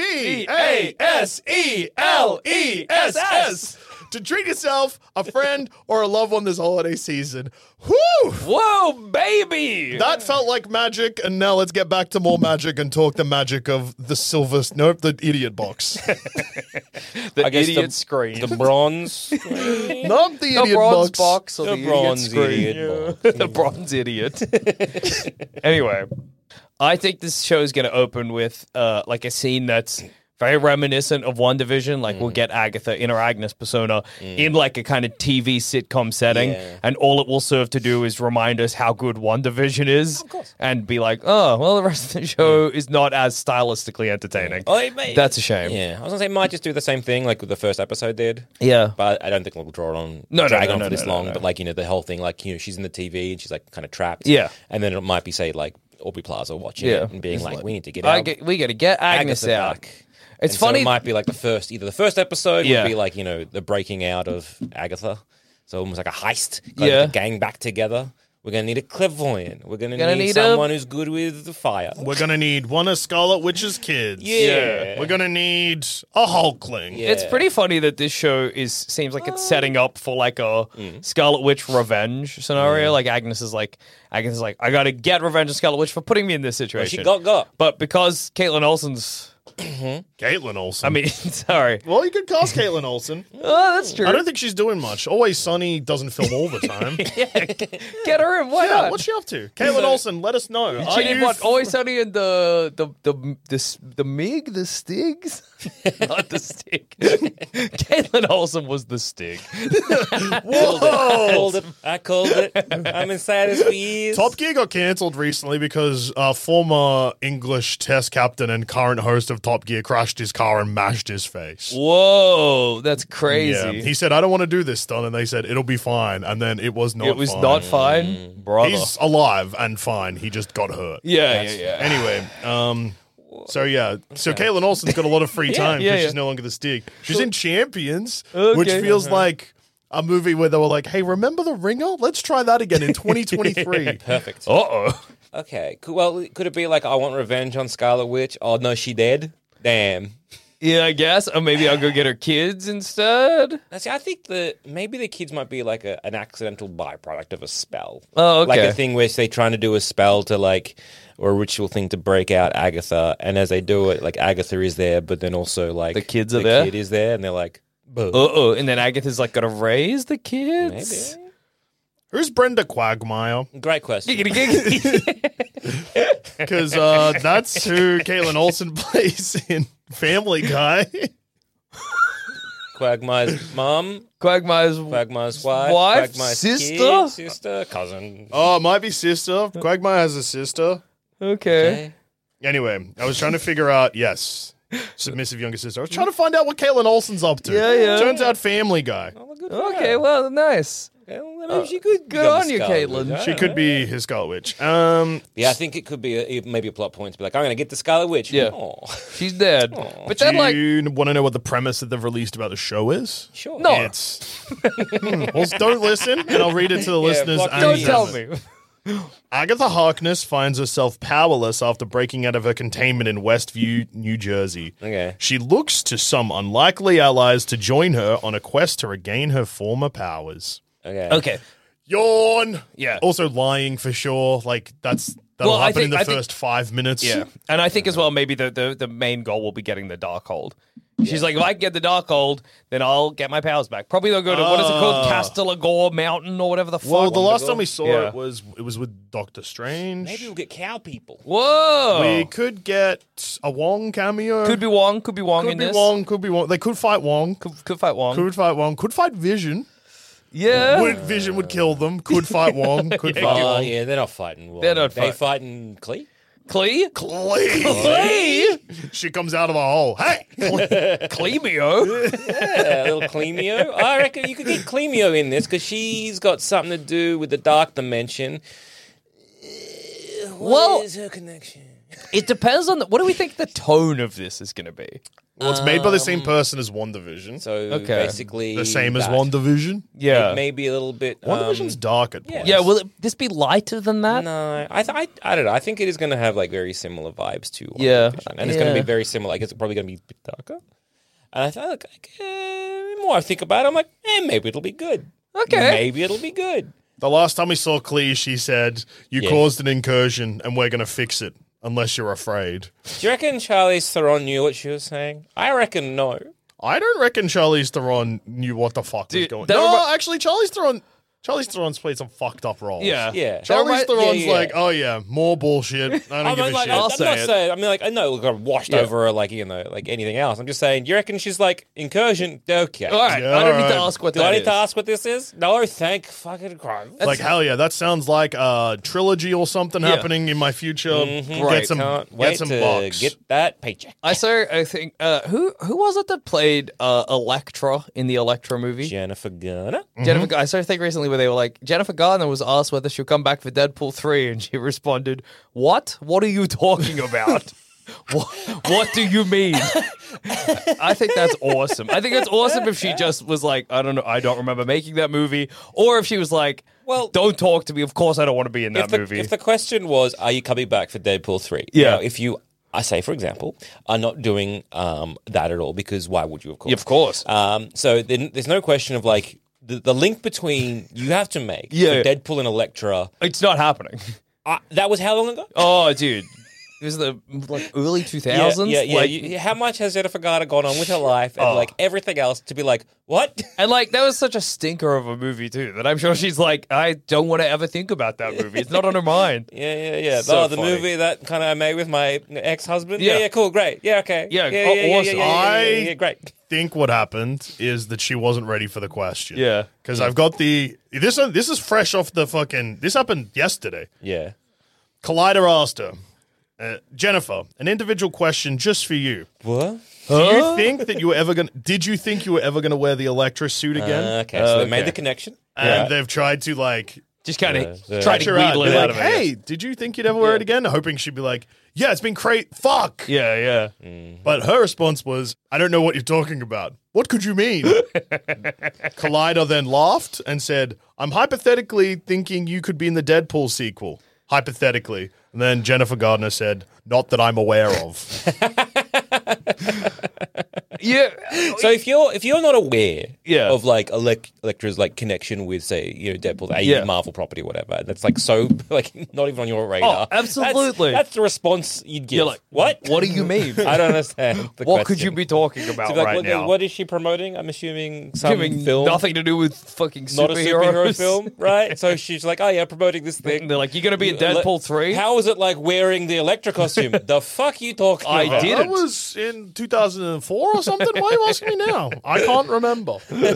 B-A-S-E-L-E-S-S. To treat yourself, a friend, or a loved one this holiday season. Whew!
Whoa, baby.
That felt like magic, and now let's get back to more magic and talk the magic of the silver. Nope, the idiot box.
The
I guess the-
idiot screen.
The bronze.
Not the
the
idiot
bronze box,
box.
or the,
The
idiot
bronze
screen.
idiot
Yeah. the bronze idiot. anyway, I think this show is going to open with uh, like a scene that's very reminiscent of One Division. Like
Mm.
we'll get Agatha in her Agnes persona in like a kind of TV sitcom setting,
Yeah.
and all it will serve to do is remind us how good One Division is, and be like, oh, well, the rest of the show is not as stylistically entertaining.
Mm. Oh, it may-
That's a shame.
Yeah, I was gonna say might just do the same thing like the first episode did.
Yeah.
but I don't think it'll draw on
No, no,
drag
no,
on
no,
for this
no, no,
long.
no.
But like you know the whole thing, like you know she's in the TV and she's like kind of trapped.
Yeah.
and then it might be say like Aubrey Plaza watching
Yeah.
it and being like, we need to get
I
out.
get, we got to get Agnes,
Agatha
out.
back.
It's
And so
funny.
it might be like the first either the first episode
Yeah.
would be like you know the breaking out of Agatha, so almost like a heist. Got
Yeah.
the gang back together. We're gonna need a clairvoyant. We're gonna,
Gonna
need,
need a-
someone who's good with the fire.
We're gonna need one of Scarlet Witch's kids.
Yeah.
We're gonna need a Hulkling.
Yeah.
It's pretty funny that this show is seems like it's setting up for like a Scarlet Witch revenge scenario. Like Agnes is like Agnes is like I gotta get revenge on Scarlet Witch for putting me in this situation.
she got got.
but because Caitlin Olsen's,
Caitlin Olsen.
I mean, sorry,
well, you could cast Caitlin Olsen.
oh that's true.
I don't think she's doing much. Always Sunny doesn't film all the time. yeah,
get her in. Why not?
what's she up to? Caitlin Olsen, let us know. Are
she did
you
what? Always Sunny and the the the the the, the Mig, the Stigs, not the Stig. Caitlin Olsen was the Stig.
I called it. I called it. I'm inside his bees.
Top Gear got cancelled recently because uh, former English test captain and current host of Top Gear crashed his car and mashed his face.
Whoa, that's crazy.
Yeah. He said, I don't want to do this, Stan. And they said, it'll be fine. And then it was not
it was
fine.
not fine, brother.
He's alive and fine. He just got hurt.
yeah, yeah, yeah.
Anyway, um, so yeah. So Caitlin Olsen's got a lot of free time because
yeah, yeah.
she's no longer the stick. She's in Champions, which
Okay.
feels like a movie where they were like, hey, remember The Ringer? Let's try that again in 2023.
Perfect.
Uh oh.
Okay. Cool. Well, could it be like I want revenge on Scarlet Witch? Oh no, she dead. Damn.
Yeah, I guess. Or maybe I'll go get her kids instead.
Now, see, I think the maybe the kids might be like a, an accidental byproduct of a spell.
Oh,
Like
okay.
a thing where they're trying to do a spell to like or a ritual thing to break out Agatha, and as they do it, like Agatha is there, but then also like
The kids are there?
Kid is there, and they're like, "Boo."
Uh oh. And then Agatha's like, gotta raise the kids.
Maybe.
Who's Brenda Quagmire?
Great question.
Giggity, giggity.
Because uh, that's who Caitlin Olsen plays in Family Guy.
Quagmire's mom,
Quagmire's.
Quagmire's wife,
Wife,
Quagmire's
sister?
kid, sister, cousin.
Oh, it might be sister. Quagmire has a sister.
Okay.
Anyway, I was trying to figure out. Yes, submissive younger sister. I was trying to find out what Caitlin Olsen's up to.
Yeah, yeah.
Turns out Family Guy.
Okay, well, nice.
she could
Good on you, Caitlin.
She could
Oh.
be his Scarlet Witch. Um,
Yeah, I think it could be a, it maybe a plot point to be like, I'm going to get the Scarlet Witch.
Yeah.
Aw.
She's dead. But
do
then, like,
you want to know what the premise that they've released about the show is?
sure.
No.
It's hmm, well, don't listen, and I'll read it to the listeners.
block
and
that.
don't
the
Jesus.
tell
others.
me.
Agatha Harkness finds herself powerless after breaking out of her containment in Westview, New Jersey.
Okay.
She looks to some unlikely allies to join her on a quest to regain her former powers.
Okay.
Okay.
Yawn.
Yeah.
Also lying for sure. Like that's that'll
Well, I
happen
think-
in the
I think-
first five minutes.
Yeah. And I think as well, maybe the, the, the main goal will be getting the dark hold. She's like, if I can get the dark hold, then I'll get my powers back. Probably they'll go to, what is it called? Castellagore Mountain or whatever the fuck.
Well, the last time we saw
Yeah.
it was it was with Doctor Strange.
Maybe we'll get cow people.
Whoa.
we could get a Wong cameo.
Oh. Could be Wong. Could be Wong
Could
in
be
this.
Wong. Could be Wong. They could fight Wong. Could,
Could fight Wong.
fight Wong. Could fight Vision.
Yeah.
Would, Vision would kill them. Could fight Wong. Could fight
Oh,
Wong.
yeah, they're not fighting. Wong.
They're not
They
fight-
fighting Klee.
Clee?
Clee.
Clee?
She comes out of a hole. Hey,
Clemio?
Yeah, a uh, little Clemio. I reckon you could get Clemio in this because she's got something to do with the dark dimension.
well,
What is her connection?
it depends on the, what do we think the tone of this is going to be?
well, it's made by the
Um,
same person as WandaVision.
So
Okay.
basically,
the same as
that.
WandaVision.
Yeah.
Maybe a little bit. Um,
WandaVision's dark at points.
yeah, will it, this be lighter than that?
no, I, th- I I don't know. I think it is going to have like very similar vibes to WandaVision.
Yeah.
and it's going to be
Yeah.
very similar. I guess it's probably going to be a bit darker. And I thought, like, uh, the more I think about it, I'm like, eh, maybe it'll be good.
Okay.
maybe it'll be good.
The last time we saw Clee, she said, "You
Yeah.
caused an incursion, and we're going to fix it unless you're afraid."
Do you reckon Charlize Theron knew what she was saying? I reckon no.
I don't reckon Charlize Theron knew what the fuck was
Dude,
going.
that
No,
remi-
actually, Charlize Theron. Charlize Theron's played some fucked up roles.
Yeah.
Yeah.
That
Charlize
remi-
yeah,
Theron's
yeah.
like, "Oh yeah, more bullshit. I don't
I
give a
mean, like,
shit."
I'm
say
not
it.
saying. I mean, like, I know I washed over her, like you know, like anything else. I'm just saying. Do you reckon she's like incursion? Okay.
All right,
Yeah,
I don't
all
need to
right.
ask what
Do I
that
need
is.
to ask what this is? No, thank fucking Christ.
like hell yeah, that sounds like a trilogy or something
Yeah. Mm-hmm.
happening in my future.
Right,
Get some,
Can't
get
wait
some
to
bucks.
get that paycheck.
I saw. I think uh, who who was it that played uh, Electra in the Electra movie?
Jennifer Garner.
Jennifer. Gar- I saw a thing recently where they were like Jennifer Garner was asked whether she'll come back for Deadpool three, and she responded, "What? What are you talking about? what, what do you mean?" I think that's awesome. I think it's awesome if she just was like, "I don't know, I don't remember making that movie," or if she was like,
Well-
"Well, don't talk to me. Of course, I don't want to be in that
if the,
movie."
If the question was, "Are you coming back for Deadpool 3?
Yeah.
Now, if you, I say, for example, are not doing um, that at all because why would you? Of course.
Of course.
Um, so then there's no question of like the, the link between you have to make
Yeah.
for Deadpool and Elektra.
it's not happening.
Uh, that was how long ago?
Oh, dude. It was the like early two thousands.
Yeah, yeah. yeah.
Like, Oh.
You- how much has Jennifer Garner gone on with her life and like everything else to be like, what?
And like that was such a stinker of a movie too that I'm sure she's like, I don't want to ever think about that movie. It's not on her mind.
Yeah, yeah, yeah.
So
oh, the
funny.
movie that kind of I made with my ex husband. Yeah.
Yeah.
yeah, cool, great. Yeah, okay.
Yeah,
yeah,
oh,
yeah, yeah,
awesome.
yeah, yeah, yeah, yeah,
I-
yeah, great.
think what happened is that she wasn't ready for the question.
Yeah.
because I've got the this. one- This is fresh off the fucking. This happened yesterday.
Yeah.
Collider asked her, uh, Jennifer, an individual question just for you.
What?
Do you think that you were ever gonna? Did you think you were ever gonna wear the Electra suit again?
Uh,
Uh,
Okay, so they made
okay.
the connection.
and they've tried to like
Just kind of
yeah.
try
catch
to
her out.
wheedle
Be
it out
like,
of it.
hey, did you think you'd ever wear it again? Hoping she'd be like, yeah, it's been great. Fuck.
Yeah, yeah.
Mm.
But her response was, I don't know what you're talking about. What could you mean? Collider then laughed and said, I'm hypothetically thinking you could be in the Deadpool sequel. Hypothetically. And then Jennifer Gardner said, Not that I'm aware of.
Yeah.
So if you're if you're not aware
Yeah.
of like Elec- Electra's like connection with say you know Deadpool, a
Yeah.
Marvel property, or whatever, that's like so like not even on your radar. That's-
Oh, absolutely.
That's, the response you'd give.
You're like,
what?
What do you mean?
I don't understand. the
what could you
question.
be talking about
So, like,
right
what,
now?
what is she promoting? I'm assuming some
Giving
film.
nothing to do with fucking
not a superhero
superheroes.
film, right? So she's like, "Oh yeah, promoting this thing."
And they're like, "You're gonna be in
You- ele-
Deadpool 3?
How is it like wearing the Electra costume? the fuck you talking
I
about?
did.
That was in 2004 or something. Why are you asking me now? I can't remember.
Uh,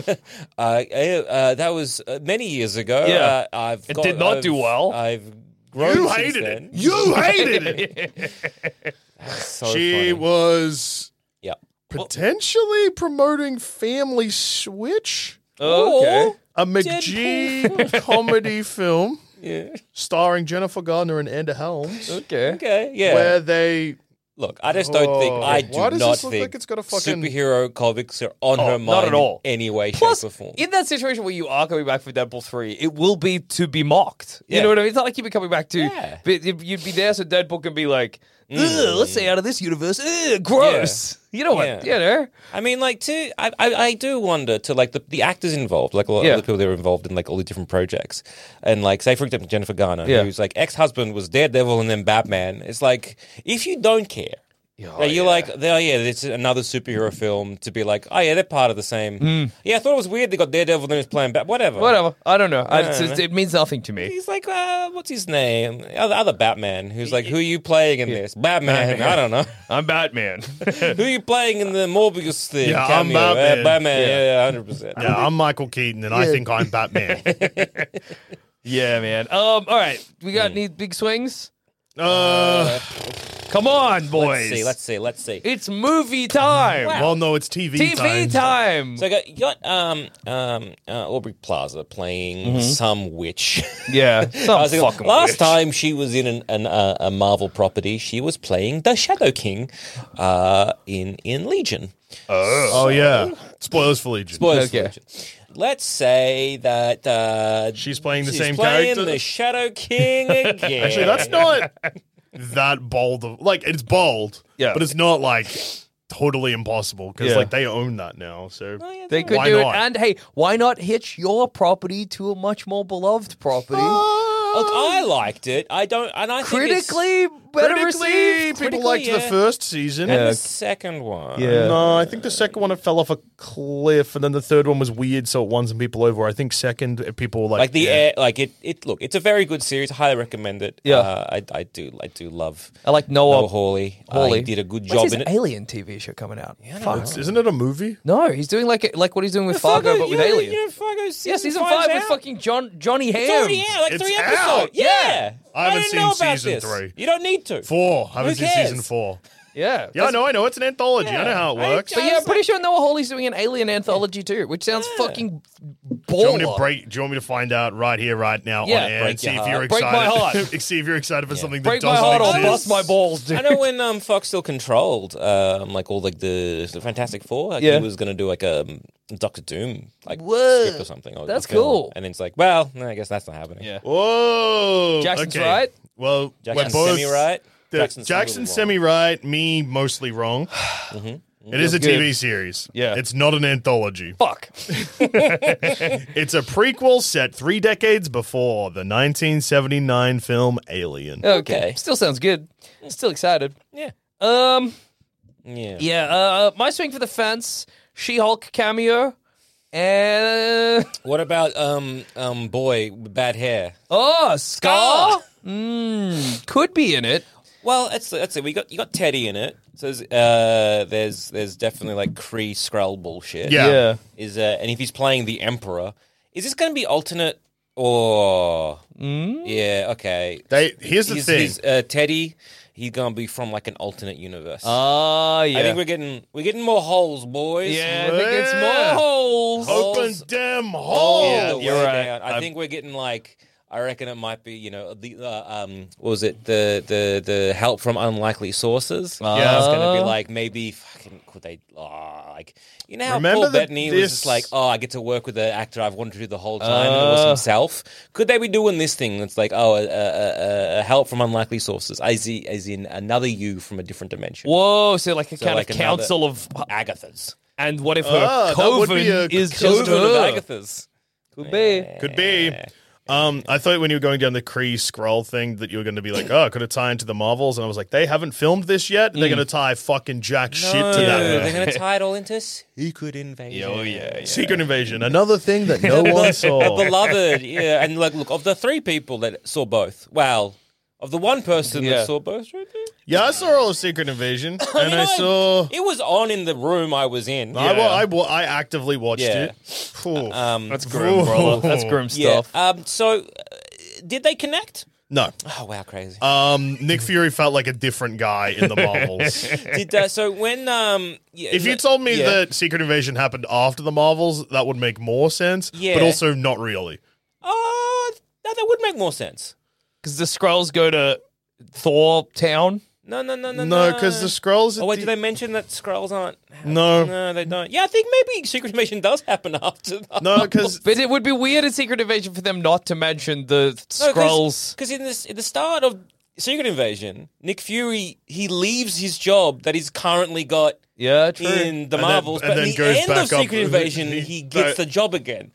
uh, uh, that was uh, many years ago.
Yeah.
uh, I've
It
got-
did not
I've-
do well.
I've grown.
You
since
hated
then.
it. You hated it.
So
She
funny.
was
yeah.
potentially promoting Family Switch.
okay.
a McG comedy film
Yeah.
starring Jennifer Gardner and Anda Helms,
Okay.
Okay. Yeah.
where they
Look, I just don't think.
Oh,
I do
why does
not
this look
think
like it's got a fucking-
superhero comics are on her mind
Oh, not at all.
in any way,
Plus,
shape, or form.
in that situation where you are coming back for Deadpool 3, it will be to be mocked. You
Yeah.
know what I mean? It's not like you'd be coming back to,
Yeah.
but you- you'd be there so Deadpool can be like, Ugh, let's stay out of this universe. Ugh, gross. You know what?
Yeah.
You know?
I mean, like, too, I, I, I do wonder to like the, the actors involved, like a lot
Yeah.
of the people that are involved in like all the different projects, and like say for example Jennifer Garner,
Yeah.
who's like ex husband was Daredevil and then Batman. It's like if you don't care Are you like, oh yeah, it's another superhero film to be like, oh yeah, they're part of the same. Yeah, I thought it was weird they got Daredevil and he was playing back. Whatever.
Whatever. I don't know. I,
No,
it's
no,
just-
no.
It means nothing to me.
He's like, uh, what's his name? Other, other Batman, who's like, who are you playing in this? Batman. I don't know.
I'm Batman.
who are you playing in the Morbius thing?
Yeah, I'm
cameo? Uh,
Batman.
Batman. Yeah, hundred percent.
Yeah, I'm Michael Keaton, and I think I'm Batman.
yeah, man. Um. All right. We got any big swings?
uh,
Come on,
Let's
boys.
see. Let's see. Let's see.
it's movie time.
well, no, it's TV,
TV time.
So I got, you got um um uh, Aubrey Plaza playing
Mm-hmm.
some witch.
yeah.
I
Oh,
Some
was thinking,
fucking
last
witch.
time she was in an, an, uh, a Marvel property, she was playing the Shadow King uh, in in Legion.
Oh yeah, spoilers for Legion.
Spoilers for
Okay.
Legion. Let's say that uh,
She's playing the
she's
same
playing
character.
the Shadow King again.
Actually, that's not that bold. Of, like, it's bold,
Yeah.
but it's not like totally impossible because
Yeah.
like they own that now. So
Oh,
They could
Why
do
not?
it. And hey, why not hitch your property to a much more beloved property?
Ah,
Look, I liked it. I don't, and I think
critically better
critically,
received.
people
Critically,
liked the
yeah.
first season.
it's,
Yeah.
the second one.
Yeah.
No, uh, I think the second one it fell off a cliff, and then the third one was weird, so it won some people over. I think second it- people were like,
Like the
yeah.
air, like it, it. Look, it's a very good series. Highly recommend it.
Yeah.
uh, I, I do, I do love.
I like Noah,
Noah Hawley. Uh,
Hawley.
he did a good
When's
job
his
in it.
Alien TV show coming out. Fuck.
Isn't it a movie?
No, he's doing like like what he's doing with Fargo, but with
you-
Alien.
You know, Fargo season
yeah, season
five's
five with
out.
fucking John Johnny
It's
Ham.
already out, like
It's
three
out.
episodes. Yeah.
I haven't
didn't know
seen
about
season
this.
three.
You don't need to.
Four. I haven't
Who
seen season
cares?
four.
Yeah.
Yeah, I know, I know. It's an anthology. I know how it
Yeah, I
works.
just-
But yeah, I'm pretty sure Noah Hawley's doing an Alien anthology too, which sounds fucking
Do you, want me to
baller.
break, do you want me to find out right here, right now
Yeah,
on air
break
and see
your
if you're
heart.
Break my
excited? see if you're excited for something that
Break my
doesn't
heart or bust
exist.
my balls, dude.
I know when um, Fox still controlled um, like all like the, the Fantastic Four. Like,
Yeah.
he was gonna do like a um, Doctor Doom like
Whoa.
script or something. Or,
That's
a film.
cool.
And it's like, well, no, I guess that's not happening.
Yeah.
Whoa.
Jackson's
okay.
right?
Well,
Jackson's
we're both
semi-right?
the-
Jackson's
Jackson
totally
semi right, me mostly wrong.
Mm-hmm.
It is a TV series.
Yeah.
It's not an anthology.
Fuck.
It's a prequel set three decades before the 1979 film Alien.
Okay.
Okay.
Still sounds good. Still excited.
Yeah.
Um.
Yeah.
Yeah. Uh. My swing for the fence. She Hulk cameo. And
What about um um boy with bad hair?
oh, Scar. Mm, could be in it.
Well, that's that's it. We got you got Teddy in it. So there's uh, there's, there's definitely like Cree Skrull bullshit.
Yeah.
Yeah.
Is uh, and if he's playing the Emperor, is this going to be alternate or yeah? Okay.
Hmm? They here's the
he's,
thing.
he's, uh, Teddy. He's going to be from like an alternate universe.
Ah, yeah.
I think we're getting we're getting more holes, boys.
yeah, I think it's
Yeah.
more holes.
Open
Holes.
damn
All
hole.
the way
you're right.
down. I think we're getting like. I reckon it might be, you know, the uh, um, what was it the the the help from unlikely sources?
Yeah.
it's gonna be like maybe fucking could they ah, like you know how
Remember
Paul
the-
Bettany was
this-
just like, oh, I get to work with the actor I've wanted to the whole time, and it was himself. Could they be doing this thing that's like, oh, a, a, a, a help from unlikely sources, as in, as in another you from a different dimension,
Whoa, so like a kind
like
of
another-
council of,
Agatha's,
and what if her
Ah, that would
coven
be a
is
coven
just
children of
her?
Agatha's.
Could be.
Could be. Um, I thought when you were going down the Kree scroll thing that you were going to be like, oh, could it tie into the Marvels? And I was like, they haven't filmed this yet.
Mm.
They're going to tie fucking jack shit to that.
They're going to tie it all into Secret Invasion. Oh, yeah.
Secret Invasion, another thing that no one saw.
Beloved, yeah. And like, look, of the three people that saw both, well, of the one person
Yeah.
that saw both, right there,
Yeah, I saw all of Secret Invasion,
I
and
mean,
I saw.
It was on in the room I was in.
I, wa- I, wa- I actively watched
Yeah. Uh, Um,
it. Phew.
That's grim, brother. That's grim
yeah.
stuff.
Um, so, uh, did they connect?
no,
Oh, wow, crazy.
um, Nick Fury felt like a different guy in the Marvels.
did uh, So, when. Um, yeah,
if you
like-
told me
yeah.
that Secret Invasion happened after the Marvels, that would make more sense.
Yeah.
but also not really.
Oh, no, that would make more sense.
Because the Skrulls go to Thor Town.
No, no, no, no.
No, because the scrolls.
Oh wait, did they mention that scrolls aren't?
No.
no, they don't. Yeah, I think maybe Secret Invasion does happen after.
No, because
But it would be weird in Secret Invasion for them not to mention the Skrulls.
Because in this, at the start of Secret Invasion, Nick Fury he leaves his job that he's currently got
Yeah, true.
in the
And then-
Marvels,
and
but
then
at the
goes
end of
back up-
Secret Invasion,
he-
he gets the job again.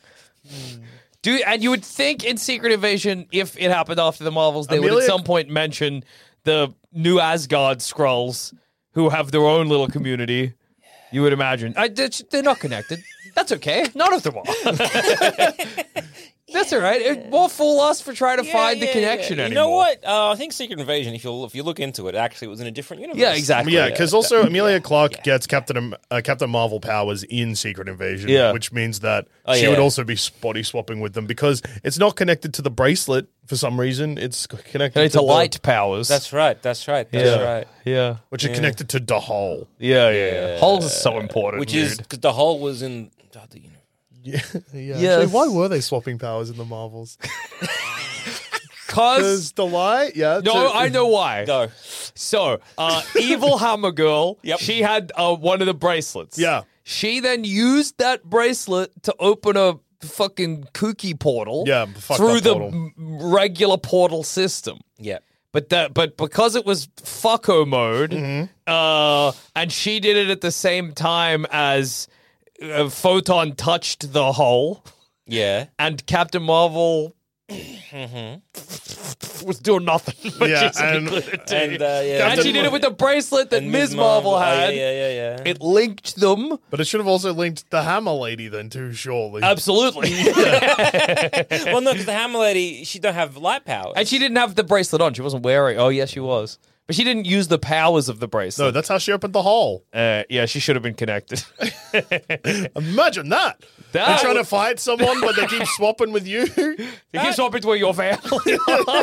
Do and you would think in Secret Invasion, if it happened after the Marvels, they would
Amelia-
at some point mention the new Asgard Skrulls who have their own little community. You would imagine. I, they're they're not connected. That's okay. None of them are. That's all right. It won't fool us for trying to find the connection
You
anymore.
know what? Uh, I think Secret Invasion. If you if you look into it, actually, it was in a different universe.
Yeah, exactly.
Yeah, because also Amelia Clark gets Captain Am- uh, Captain Marvel powers in Secret Invasion,
Yeah.
which means that
Oh,
she
yeah.
would also be spotty swapping with them because it's not connected to the bracelet for some reason. It's c- connected
They need
to
to
the-
light powers.
That's right. That's right. That's
yeah.
right.
Yeah.
which are connected to the whole.
Yeah, yeah, yeah. Hulk is so important.
Which is because the whole was in the other universe.
Yeah,
Yes. actually, why
were they swapping powers in the Marvels?
because
the light, yeah.
no, I know why.
Go.
So, uh, evil Hammer Girl,
Yep.
she had uh, one of the bracelets.
Yeah.
She then used that bracelet to open a fucking kooky portal.
Yeah, fucked
through
up
the
portal.
m- regular portal system.
Yeah.
But that, but because it was fucko mode,
Mm-hmm.
uh, and she did it at the same time as uh, Photon touched the hole,
Yeah.
and Captain Marvel was doing nothing. but
Mm-hmm. Yeah,
she's
and-
included too.
And uh, yeah.
and she did it with the bracelet that
and
Ms. Marvel had.
Oh, yeah, yeah, yeah. yeah.
It linked them.
But it should have also linked the Hammer Lady then too. Surely,
Absolutely.
well, no, because the Hammer Lady, she don't have light powers.
and she didn't have the bracelet on. She wasn't wearing Oh, yes, she was. But she didn't use the powers of the
no,
bracelet.
that's how she opened the hole.
uh, yeah, she should have been connected.
Imagine that.
That
You're trying
would-
to fight someone, but they keep swapping with you.
It keeps hopping to where your family.
like,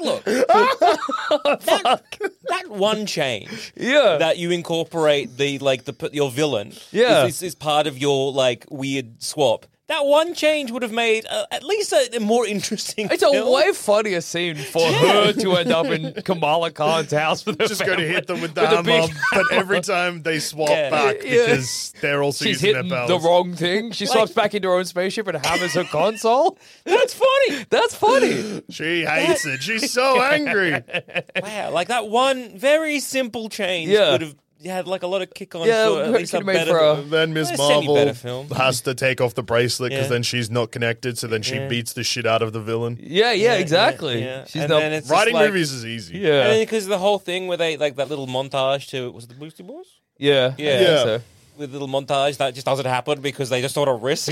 look, that, that one change
yeah.
that you incorporate the like the your villain,
Yeah.
is, is, is part of your like weird swap. That one change would have made uh, at least a, a more interesting.
It's a
film.
way funnier scene for her to end up in Kamala Khan's house with her
Just go to hit them with the
With the
hammer,
big
but every time they swap
Yeah.
back
Yeah.
because they're also
She's
using
hitting
their powers.
the wrong thing. She swaps back into her own spaceship and hammers her console.
That's funny.
That's funny.
she hates it. She's so angry.
Wow, like that one very simple change
Yeah.
would have had like a lot of kick on
Yeah,
for at
it
least a
could've made
better.
for a-
And then Miss
That's any better
Marvel
film.
has to take off the bracelet because
Yeah.
then she's not connected. So then she beats the shit out of the villain.
Yeah,
yeah,
yeah, exactly.
yeah.
She's
And
not
then it's just
Writing
like-
movies is easy.
And
Yeah,
because the whole thing where they like that little montage to was it the Boosty Boys
yeah,
Yeah.
I think
Yeah.
so.
with little montage that just doesn't happen because they just sort of risk.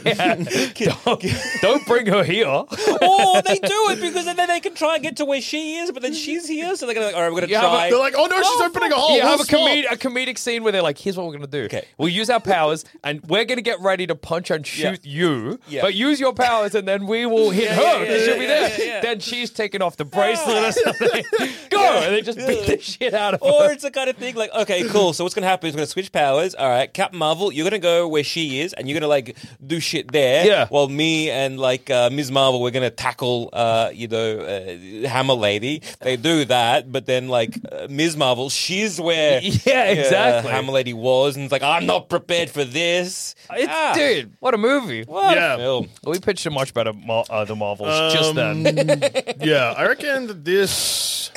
Don't, don't bring her here.
or they do it because then they can try and get to where she is, but then she's here, so they're gonna like, all right, we're gonna
Yeah, but
try.
They're like, oh no, she's
Oh,
opening a hole.
you
we'll
have a,
swap."
comed- a comedic scene where they're like, "Here's what we're gonna do.
Okay.
We'll use our powers, and we're gonna get ready to punch and
Yeah.
shoot you.
Yeah.
But use your powers, and then we will hit her.
yeah, yeah,
'cause she'll
yeah,
be
yeah,
there.
yeah, yeah.
Then she's taking off the bracelet or something. Go! And they just beat the shit out of
or
her.
it's the kind of thing like, okay, cool. So what's gonna happen is we're gonna switch powers. All right, Captain Marvel, you're gonna go where she is, and you're gonna like do shit there.
Yeah.
While me and like uh, Ms. Marvel, we're gonna tackle, uh, you know, uh, Hammer Lady. They do that, but then like uh, Ms. Marvel, she's where uh,
Yeah, exactly.
Hammer Lady was, and it's like I'm not prepared for this.
It's,
Ah,
Dude, what a movie!
what a
Yeah.
film.
We pitched a much better Mar- uh, the Marvels just
Um,
then.
yeah, I reckon that this.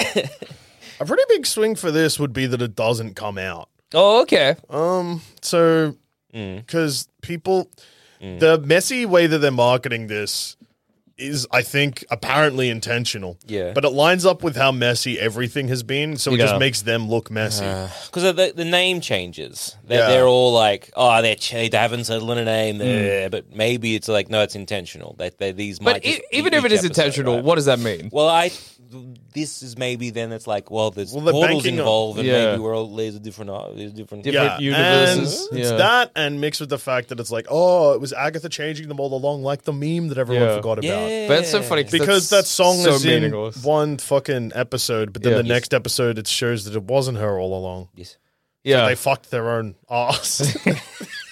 A pretty big swing for this would be that it doesn't come out.
Oh, okay.
So,
Mm.
because people, the messy way that they're marketing this is, I think, apparently intentional.
Yeah.
But it lines up with how messy everything has been. So it
Yeah. Uh,
just makes them look messy.
because the, the name changes. They're,
Yeah.
they're all like, oh, they're ch- they haven't settled on a name, there, but maybe it's like, no, it's intentional. That they, these might.
Mm. But
just
e-
be
even if
each
it is
episode,
intentional,
right?
what does that mean?
Well, I this is maybe then it's like, well, there's
Well, they're
portals
banking on-
involved, and
Yeah.
maybe we're all there's a different uh, there's different.
Different- universes.
and it's
Yeah.
that, and mixed with the fact that it's like, oh, it was Agatha changing them all along, like the meme that everyone
Yeah.
forgot about.
Yeah.
But it's so funny
Because that
that's
song
so
is in
meaningless.
one fucking episode, but then
Yeah.
the next episode it shows that it wasn't her all along.
Yes.
Yeah,
They fucked their own ass.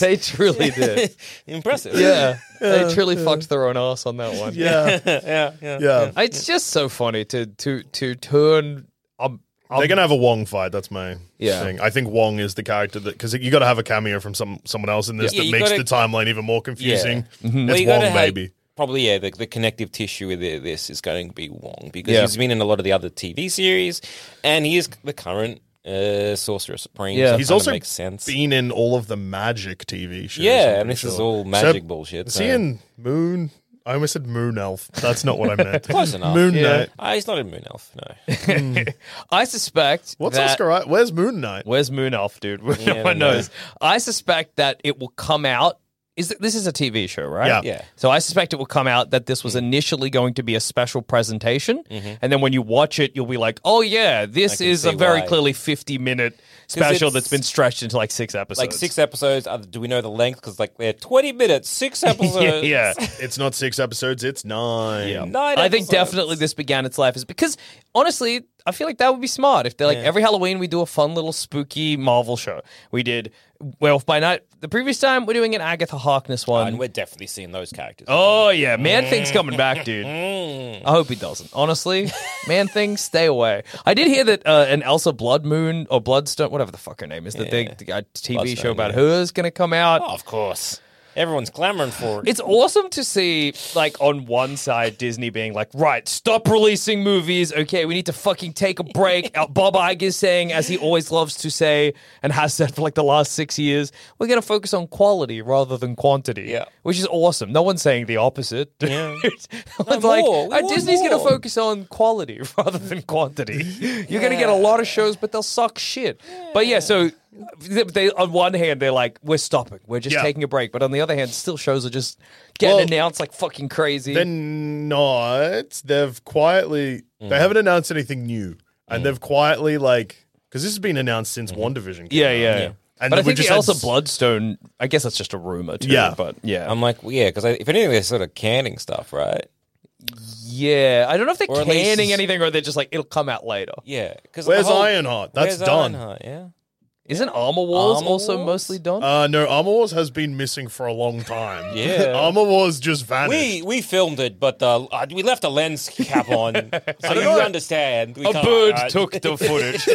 they truly did.
Impressive.
Yeah, they truly fucked their own ass on that one.
yeah,
yeah, yeah.
yeah.
It's just so funny to to to turn. Um, um,
They're gonna have a Wong fight. That's my
Yeah.
thing. I think Wong is the character that because you got to have a cameo from some someone else in this
Yeah,
that
you
makes
gotta- Mm-hmm.
the timeline even more confusing.
Well,
It's
you gotta
Wong,
have-
baby.
Probably, yeah. The, the connective tissue with the- this is going to be Wong because
Yeah.
he's been in a lot of the other TV series, and he is the current uh, Sorcerer Supreme.
Yeah.
so it
He's
kinda
also
makes sense.
been in all of the magic TV shows. I'm
Yeah, and
pretty
this is
sure.
all magic
Except-
bullshit.
Is
so-
he in Moon? I almost said moon elf. That's not what I meant.
Close enough.
Moon
yeah.
Knight.
Ah, he's not in Moon Elf, no.
I suspect
What's
that-
Oscar? Right? Where's Moon Knight?
Where's Moon Elf, dude?
I
no one
don't know.
knows. I suspect that it will come out. Is it, this is a TV show, right?
Yeah.
Yeah.
So I suspect it will come out that this was
Mm.
initially going to be a special presentation, and then when you watch it, you'll be like, "Oh yeah, this
Mm-hmm. can
is a
see
very
why.
clearly fifty-minute special
it's-
that's been stretched into like six episodes."
Like six episodes. Uh, do we know the length? Because like they're twenty minutes, six episodes.
yeah.
It's not six episodes. It's nine.
Nine
I think
episodes.
definitely this began its life is because honestly, I feel like that would be smart if they're like every Halloween we do a fun little spooky Marvel show. We did Werewolf by Night the previous time. We're doing an Agatha Harkness one.
And we're definitely seeing those characters.
Oh yeah, Man
Mm.
Thing's coming back, dude. I hope he doesn't. Honestly, Man Thing, stay away. I did hear that uh, an Elsa Blood Moon or Bloodstone, whatever the fuck her name is, that they, the uh, TV
Bloodstone,
show about
yeah.
her is going to come out.
Oh, of course. Everyone's clamoring for it.
It's awesome to see, like, on one side, Disney being like, right, stop releasing movies. Okay, we need to fucking take a break. Uh, Bob Iger is saying, as he always loves to say and has said for like the last six years, we're going to focus on quality rather than quantity.
Yeah.
Which is awesome. No one's saying the opposite.
Yeah.
It's
No,
like,
more. We
uh,
want
Disney's going to
more.
focus on quality rather than quantity. You're going to get a lot of shows, but they'll suck shit. But yeah, so. They, they- on one hand, they're like, "We're stopping. We're just
Yeah.
taking a break." But on the other hand, still shows are just getting
Well,
announced like fucking crazy.
They're not. They've quietly.
Mm.
They haven't announced anything new, and they've quietly like because this has been announced since One Division.
Mm-hmm. yeah, yeah.
And
but I
then we
think the
just had
Elsa
s-
Bloodstone. I guess that's just a rumor, too.
Yeah.
but yeah,
I'm like, well, yeah, because if anything, they're sort of canning stuff, right?
yeah. I don't know if they're
Or at least-
canning anything or they're just like it'll come out later.
Yeah. Because
Where's Ironheart? That's done.
Ironheart? Yeah.
Isn't Armor Wars
Armor
also
Wars?
mostly done?
Uh, no, Armor Wars has been missing for a long time.
Yeah.
Armor Wars just vanished.
We we filmed it, but uh, uh, we left a lens cap on, so you understand. We
a
can't-
bird
uh,
took the footage.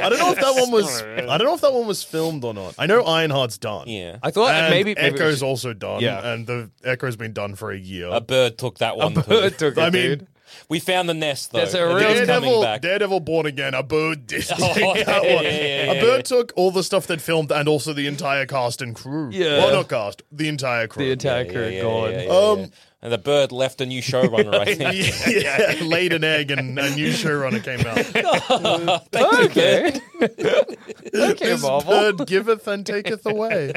I don't know if that one was. I don't know if that one was filmed or not. I know Ironheart's done.
Yeah.
I thought
And
maybe, maybe we
Echo's
should-
also done.
Yeah.
and the Echo's been done for a year.
A bird took that one. too.
bird took it.
I mean,
dude.
We found the nest though.
There's a
It
real-
is coming
Daredevil,
back. Oh,
Daredevil Born Again, a bird did take
yeah,
that
yeah,
one.
yeah, yeah,
a bird took all the stuff that filmed and also the entire cast and crew.
Yeah.
Well, not cast, the entire crew.
the attacker
Yeah, yeah,
gone.
yeah, yeah,
Um,
yeah. and the bird left a new showrunner. I think.
yeah, laid an egg and a new showrunner came out.
Okay, okay,
This
Marvel.
bird giveth and taketh away.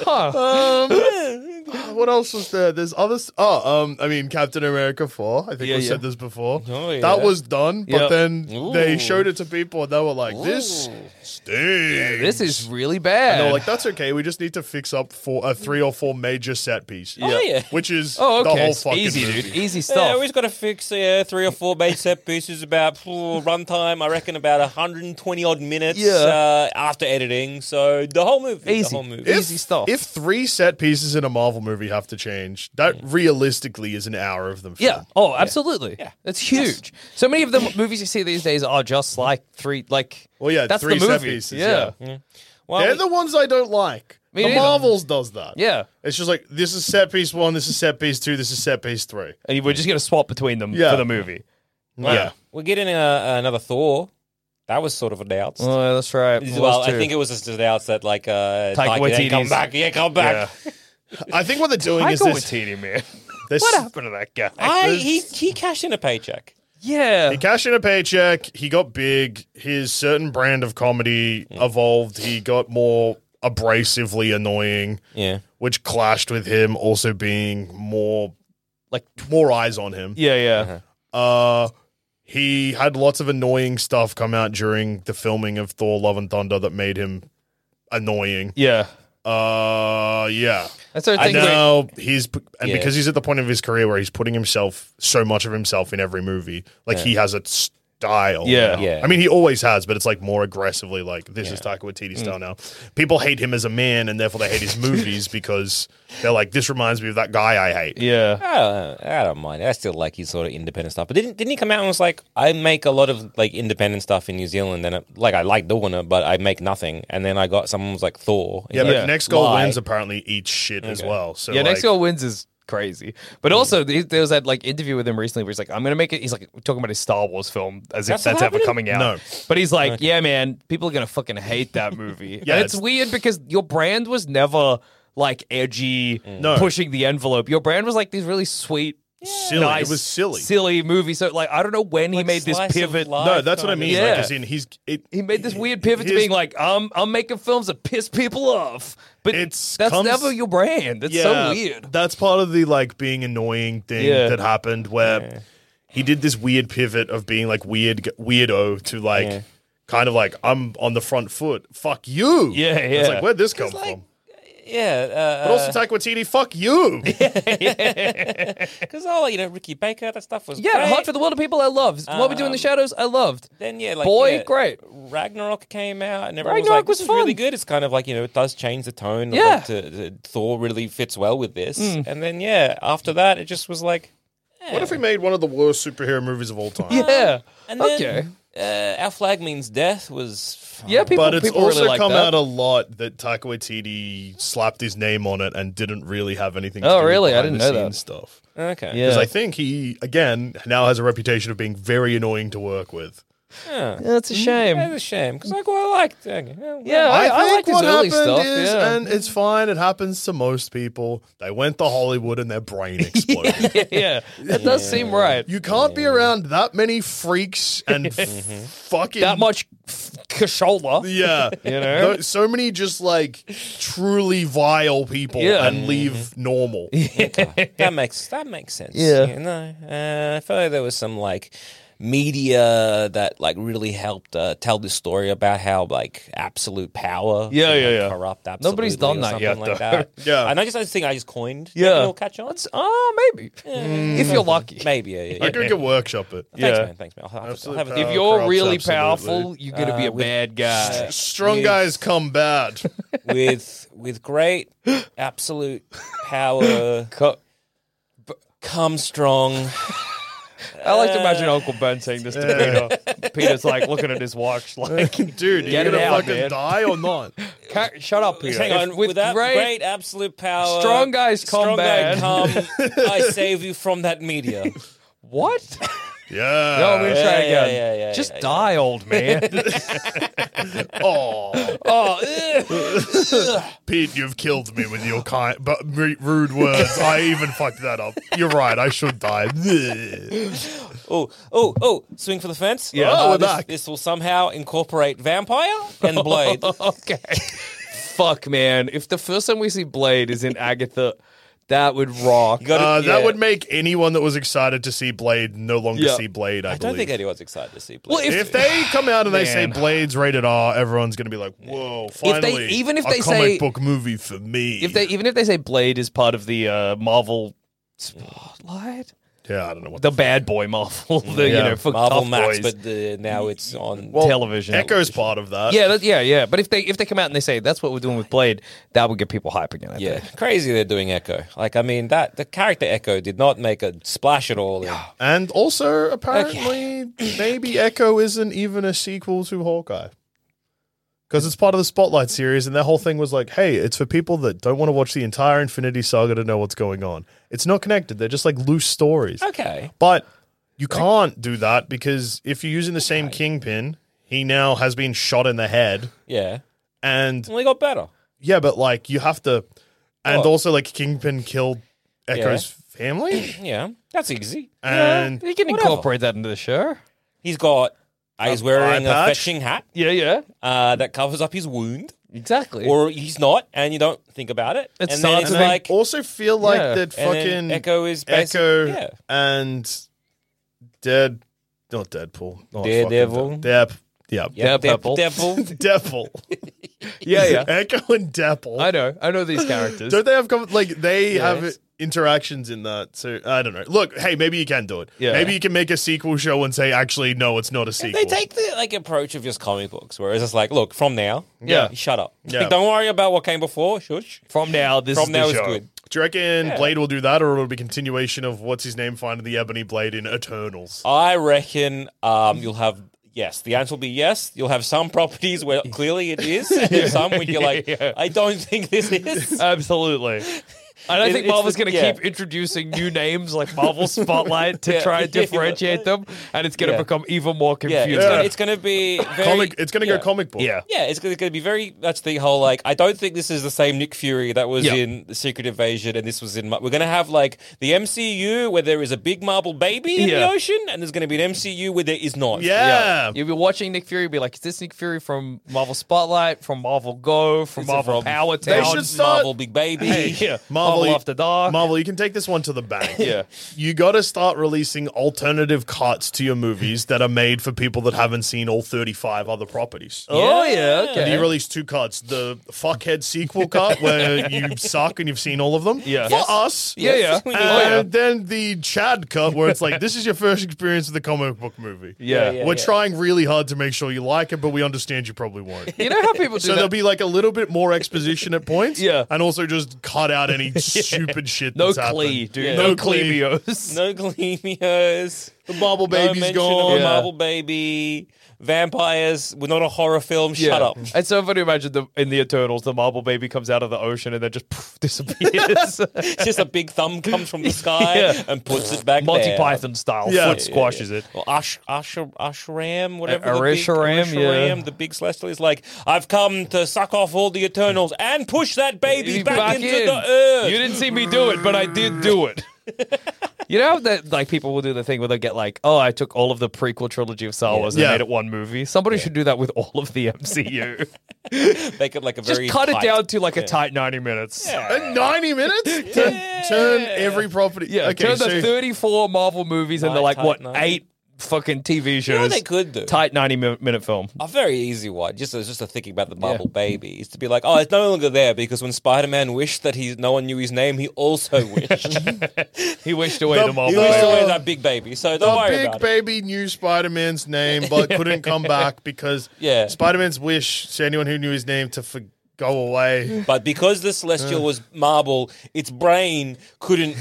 Huh.
Um, what else was there? There's others. Oh, um, I mean, Captain America four. I think
Yeah,
we
yeah.
said this before.
Oh, yeah.
That was done, but
Yep.
then
Ooh.
they showed it to people and they were like, "This stinks."
This is really bad.
And they're like, that's okay. We just need to fix up for uh, three or four major set piece.
Oh, yeah.
Which is
oh, okay,
the whole
It's
fucking
easy,
movie.
dude. Easy
Yeah,
stuff.
always got to fix yeah, three or four base set pieces, about phew, runtime, I reckon about 120 odd minutes
Yeah.
uh, after editing. So the whole movie.
Easy.
The whole movie.
If,
Easy stuff.
If three set pieces in a Marvel movie have to change, that realistically is an hour of them.
Yeah.
film.
Oh, absolutely. Yeah. That's huge. So many of the movies you see these days are just like three, like.
Well, yeah,
that's
three
the
set
movie.
pieces,
Yeah.
Well,
They're
we-
the ones I don't like.
Me
the
neither.
Marvels does that.
Yeah.
It's just like, this is set piece one, this is set piece two, this is set piece three.
And we're just gonna swap between them
Yeah.
for the movie.
wow.
Yeah.
We're getting uh, another Thor. That was sort of announced.
Oh, that's right.
well, I think it was just announced that like uh,
Taika
Taika, yeah, come
Waititi's-
back, yeah, come back.
I think what they're doing is this.
man.
this
What happened to that guy?
I he he cashed in a paycheck.
yeah.
He cashed in a paycheck. He got big. His certain brand of comedy evolved. He got more abrasively annoying,
Yeah,
which clashed with him also being more
Like-
more eyes on him.
yeah, yeah.
Uh, he had lots of annoying stuff come out during the filming of Thor: Love and Thunder that made him annoying.
Yeah.
Uh, yeah.
That's our
And
thing.
now he's and
Yeah.
because he's at the point of his career where he's putting himself so much of himself in every movie, like he has a style.
Yeah.
now.
Yeah.
I mean, he always has, but it's like more aggressively. Like this is Taika Waititi
Mm.
style now. People hate him as a man, and therefore they hate his movies because they're like, this reminds me of that guy I hate.
yeah.
I don't, I don't mind. I still like his sort of independent stuff. But didn't didn't he come out and was like, I make a lot of like independent stuff in New Zealand, and it, like I like doing it, but I make nothing. And then I got someone was like Thor. He's
Yeah, but
like,
next goal
Lie.
wins apparently eats shit as well. So
Yeah. Next
like- Mm.
girl wins is crazy, but also th- there was that like interview with him recently where he's like, "I'm gonna make it." He's like talking about his Star Wars film as if
That's
that's
not
ever
happening?
coming out.
No.
But he's like, "Yeah, man, people are gonna fucking hate that movie."
Yeah,
and it's,
it's-
weird because your brand was never like edgy,
Mm. No.
pushing the envelope. Your brand was like these really sweet.
Silly.
Nice,
It was silly.
silly movie. So, like, I don't know when he
Like
made this
slice of
pivot.
life
No, that's what
kind
I
of-
mean.
Yeah.
Like, as in, he's it,
He made this weird pivot to
his-
being like, I'm I'm making films that piss people off. But
It's
that's
comes-
never your brand. That's so weird.
That's part of the like being annoying thing
Yeah.
that happened where he did this weird pivot of being like weird weirdo to like kind of like I'm on the front foot. Fuck you.
Yeah,
It's
yeah. uh,
like where'd this come
like,
from?
yeah,
But also Taquatini, fuck you.
because all uh, oh, you know, Ricky Baker, that stuff was
Yeah,
great.
Hot for the World of People I loved. what we do in the shadows, I loved.
Um, Then yeah, like
Boy,
yeah,
great.
Ragnarok came out, and everyone was
Ragnarok
like,
was
"This is really
fun.
good." It's kind of like you know, it does change the tone. of,
Yeah. Hmm.
like, to, to- Thor really fits well with this. And then yeah, after that, it just was like,
What if we made one of the worst superhero movies of all time?
Yeah.
um, and then,
Okay.
uh, our flag means death was fun.
Yeah, people,
But it's
people
also
really like
come
that.
out a lot that Taika Waititi slapped his name on it and didn't really have anything. to
Oh,
do with
really? I
behind
didn't
the
know that.
scenes stuff.
okay.
Yeah.
Because I think he again now has a reputation of being very annoying to work with.
That's a shame.
That's a shame because I quite liked. Okay, well,
Yeah, I, I, liked his early stuff.
is,
yeah.
and it's fine. It happens to most people. They went to Hollywood and their brain exploded.
yeah, that does seem right.
You can't be around that many freaks and f- fucking
Mm-hmm. That much f- cashola.
Yeah, you
know?
so many just like truly vile people
Yeah. Mm-hmm.
and leave normal.
that makes that makes sense.
Yeah.
you know, uh, I feel like there was some like media that like really helped uh, tell this story about how like absolute power,
Yeah,
can,
yeah,
like,
yeah.
corrupt absolutely.
Nobody's done
or
that
something
yet,
like
though.
that.
Yeah.
and I just I just think I just coined.
Yeah.
Maybe it'll catch on.
That's oh maybe
Mm.
if you're lucky.
Mm.
Maybe, yeah, yeah.
I could go workshop it.
Thanks,
yeah.
man. Thanks, man. I'll have, to, I'll
Absolute
have a
power.
If you're
corrupts
really
absolutely.
powerful, you're gonna
Uh,
be a bad guy.
Strong guys come bad.
with with great absolute power.
Co-
Come strong.
I like to imagine Uncle Ben saying this to
Yeah.
Peter. Peter's like looking at his watch, like,
Dude,
Get
are you
it
gonna
out,
fucking
man.
die or not?
"Ca- "Shut up, Peter."
Hang on,
If-
with, that great, absolute power,
Strong guys come
strong guy
back.
come, I save you from that media.
what?
Yeah.
No, I'm gonna try
yeah,
again.
yeah, yeah, yeah,
Just
yeah,
die, old man.
Aw.
oh, ugh.
Pete, you've killed me with your kind, but r- rude words. I even fucked that up. You're right. I should die. Bleh.
Oh, oh, oh! Swing for the fence. Uh,
Yeah.
Oh, we're
this,
back.
this will somehow incorporate vampire and blade.
okay. Fuck, man. If the first time we see Blade is in Agatha, that would rock.
You gotta-
Uh, that
yeah.
would make anyone that was excited to see Blade no longer
Yeah.
see Blade. I,
I don't
believe.
think anyone's excited to see blade.
Well,
if they come out and they say
Man.
Blade's rated R, everyone's gonna be like, "Whoa!" Finally,
even if
a
they
comic
say-
book movie for me.
if they even if they say Blade is part of the uh, Marvel spotlight,
yeah, I don't know what
the bad boy Marvel, the
Yeah.
you know, for
Marvel
tough
Max,
boys.
but the, now it's on
television.
Echo's part of that.
Yeah, that, yeah, yeah. But if they if they come out and they say that's what we're doing with Blade, that would get people hype again. I
Yeah,
think.
crazy they're doing Echo. Like, I mean, that the character Echo did not make a splash at all. in-
and also apparently maybe Echo isn't even a sequel to Hawkeye. Because it's part of the Spotlight series, and their whole thing was like, hey, it's for people that don't want to watch the entire Infinity Saga to know what's going on. It's not connected. They're just like loose stories.
Okay.
But you can't do that because if you're using the same kingpin, he now has been shot in the head.
Yeah.
And
Well, he got better.
yeah, but like you have to. And
What?
also, like, Kingpin killed Echo's family.
Yeah, that's easy.
And
you can
Whatever.
incorporate that into the show.
He's got. Uh, he's wearing a
eye patch?
fetching hat
Yeah, yeah,
uh, that covers up his wound,
exactly.
or he's not, and you don't think about it.
It's
and then
not-
it's
And I
like
also feel like
Yeah.
that
And then
fucking
Echo is basic-
Echo
yeah.
and Dead, not Deadpool, not fucking
Daredevil.
Dead, Dep, yeah,
yeah,
Deadpool.
Devil.
Devil,
yeah, yeah.
Echo and Devil.
I know, I know these characters.
Don't they have com- like they have
Yes.
interactions in that? So I don't know. Look, hey, maybe you can do it.
Yeah.
Maybe you can make a sequel show and say, actually, no, it's not a sequel.
They take the like approach of just comic books, whereas it's like, look, from now,
Yeah.
shut up.
Yeah.
Like, don't worry about what came before. Shush.
From now, this
From
is
now
the
is
show.
good.
Do you reckon Blade will do that, or it'll be continuation of what's his name finding the Ebony Blade in Eternals?
I reckon um, you'll have yes. The answer will be yes. You'll have some properties where clearly it is, and some when you're like, I don't think this is.
Absolutely. And I
It-
think
it's
Marvel's
the-
going to
yeah.
keep introducing new names like Marvel Spotlight to
Yeah.
try and
Yeah.
differentiate them, and it's going to
Yeah.
become even more
Yeah,
confusing.
it's gonna, it's gonna be very,
comic. It's gonna
yeah.
go comic book.
Yeah.
Yeah, it's going to be very. That's the whole like. I don't think this is the same Nick Fury that was
Yeah.
in the Secret Invasion, and this was in. Mar- We're going to have like the MCU where there is a big marble baby in
Yeah.
the ocean, and there's going to be an MCU where there is not.
Yeah.
You'll be watching Nick Fury, be like, is this Nick Fury from Marvel Spotlight, from Marvel Go, from
It's
Marvel
from-
Power
They
Town?
should start-
Marvel Big Baby.
yeah.
Marvel,
Marvel After Dark.
Marvel, you can take this one to the bank.
Yeah.
You got to start releasing alternative cuts to your movies that are made for people that haven't seen all 35 other properties.
Oh yeah,
And
okay.
you release two cuts the fuckhead sequel cut where you suck and you've seen all of them.
Yeah.
For
Yes.
us.
Yeah, yeah.
And
Yeah.
then the Chad cut where it's like, this is your first experience with a comic book movie.
Yeah. Yeah,
yeah,
We're
yeah.
trying really hard to make sure you like it, but we understand you probably won't.
you know how people do
So
that?
there'll be like a little bit more exposition at points,
Yeah.
and also just cut out any stupid shit.
no
that's happened.
Klee, dude.
Yeah.
No,
No Klee.
Clebios.
No Gleamios.
The Marble
no
Baby's
mention
gone.
Of
Yeah.
Marble Baby. Vampires. We're not a horror film. Shut up.
It's so funny to imagine the, in the Eternals, the marble baby comes out of the ocean and then just poof, disappears.
It's just a big thumb comes from the sky
Yeah.
and puts it back
Monty
there.
Python style,
Yeah.
foot squashes it.
Well, Ash, Ashram, Ashram, whatever.
A-
the big-
Arisharam, yeah.
The big celestial is like, I've come to suck off all the Eternals and push that baby back, into the earth.
You didn't see me do it, but I did do it. you know that like people will do the thing where they'll get like, oh, I took all of the prequel trilogy of Star Wars and
Yeah.
made it one movie. Somebody should do that with all of the MCU.
Make it like a
Just
very
cut
tight-
it down to like a tight ninety minutes.
Uh, Ninety minutes to turn every property.
Yeah,
okay,
turn
so
the 34 Marvel movies into like
tight
what
night.
eight fucking TV shows.
You know what they could do?
Tight 90 mi- minute film.
A very easy one, just uh, just a thinking about the marble baby, is to be like, oh, it's no longer there because when Spider-Man wished that he no one knew his name, he also wished.
He wished away the,
The-
Marvel.
he wished
He's
baby.
away-
always that big baby, so don't
the
worry
big
about it.
baby knew Spider Man's name, but couldn't come back because
Yeah.
Spider Man's wish to anyone who knew his name to for- go away.
But because the celestial was marble, its brain couldn't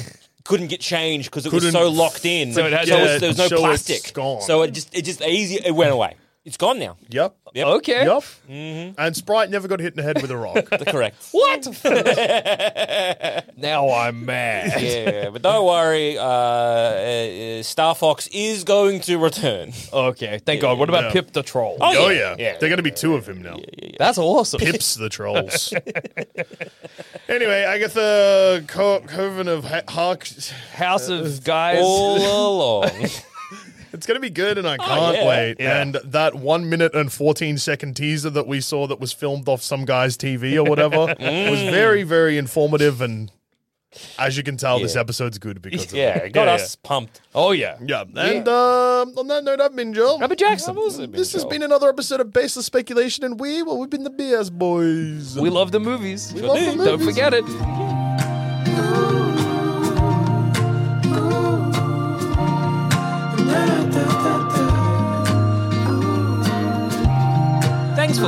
couldn't get changed because it was
Couldn't-
so locked in.
So it had
so
to-
it's- there was no
so it's
plastic.
gone.
So it just it just easy it went away. It's gone now.
Yep.
Yep.
Okay.
Yep.
Mm-hmm.
And Sprite never got hit in the head with a rock.
Correct.
What? now I'm mad.
Yeah, but don't worry. Uh, uh, Star Fox is going to return.
Okay, thank God. What about
Yeah.
Pip the Troll?
oh
yeah,
yeah. They're gonna be two of him now.
That's awesome.
Pips the trolls. anyway, Agatha Co- Coven of ha- Hark.
House of Guys.
All along.
It's going to be good, and I can't
yeah.
wait. And that one minute and 14 second teaser that we saw that was filmed off some guy's TV or whatever was very, very informative. And as you can tell, this episode's good because of
Yeah,
it.
it got
yeah.
us pumped.
Oh yeah.
Yeah. And um, on that note, I've been Joel.
Robert Jackson.
This has been another episode of Baseless Speculation, and we, well, we've been the BS Boys.
We love the movies. We
love the
Don't
movies.
forget it.
Thanks for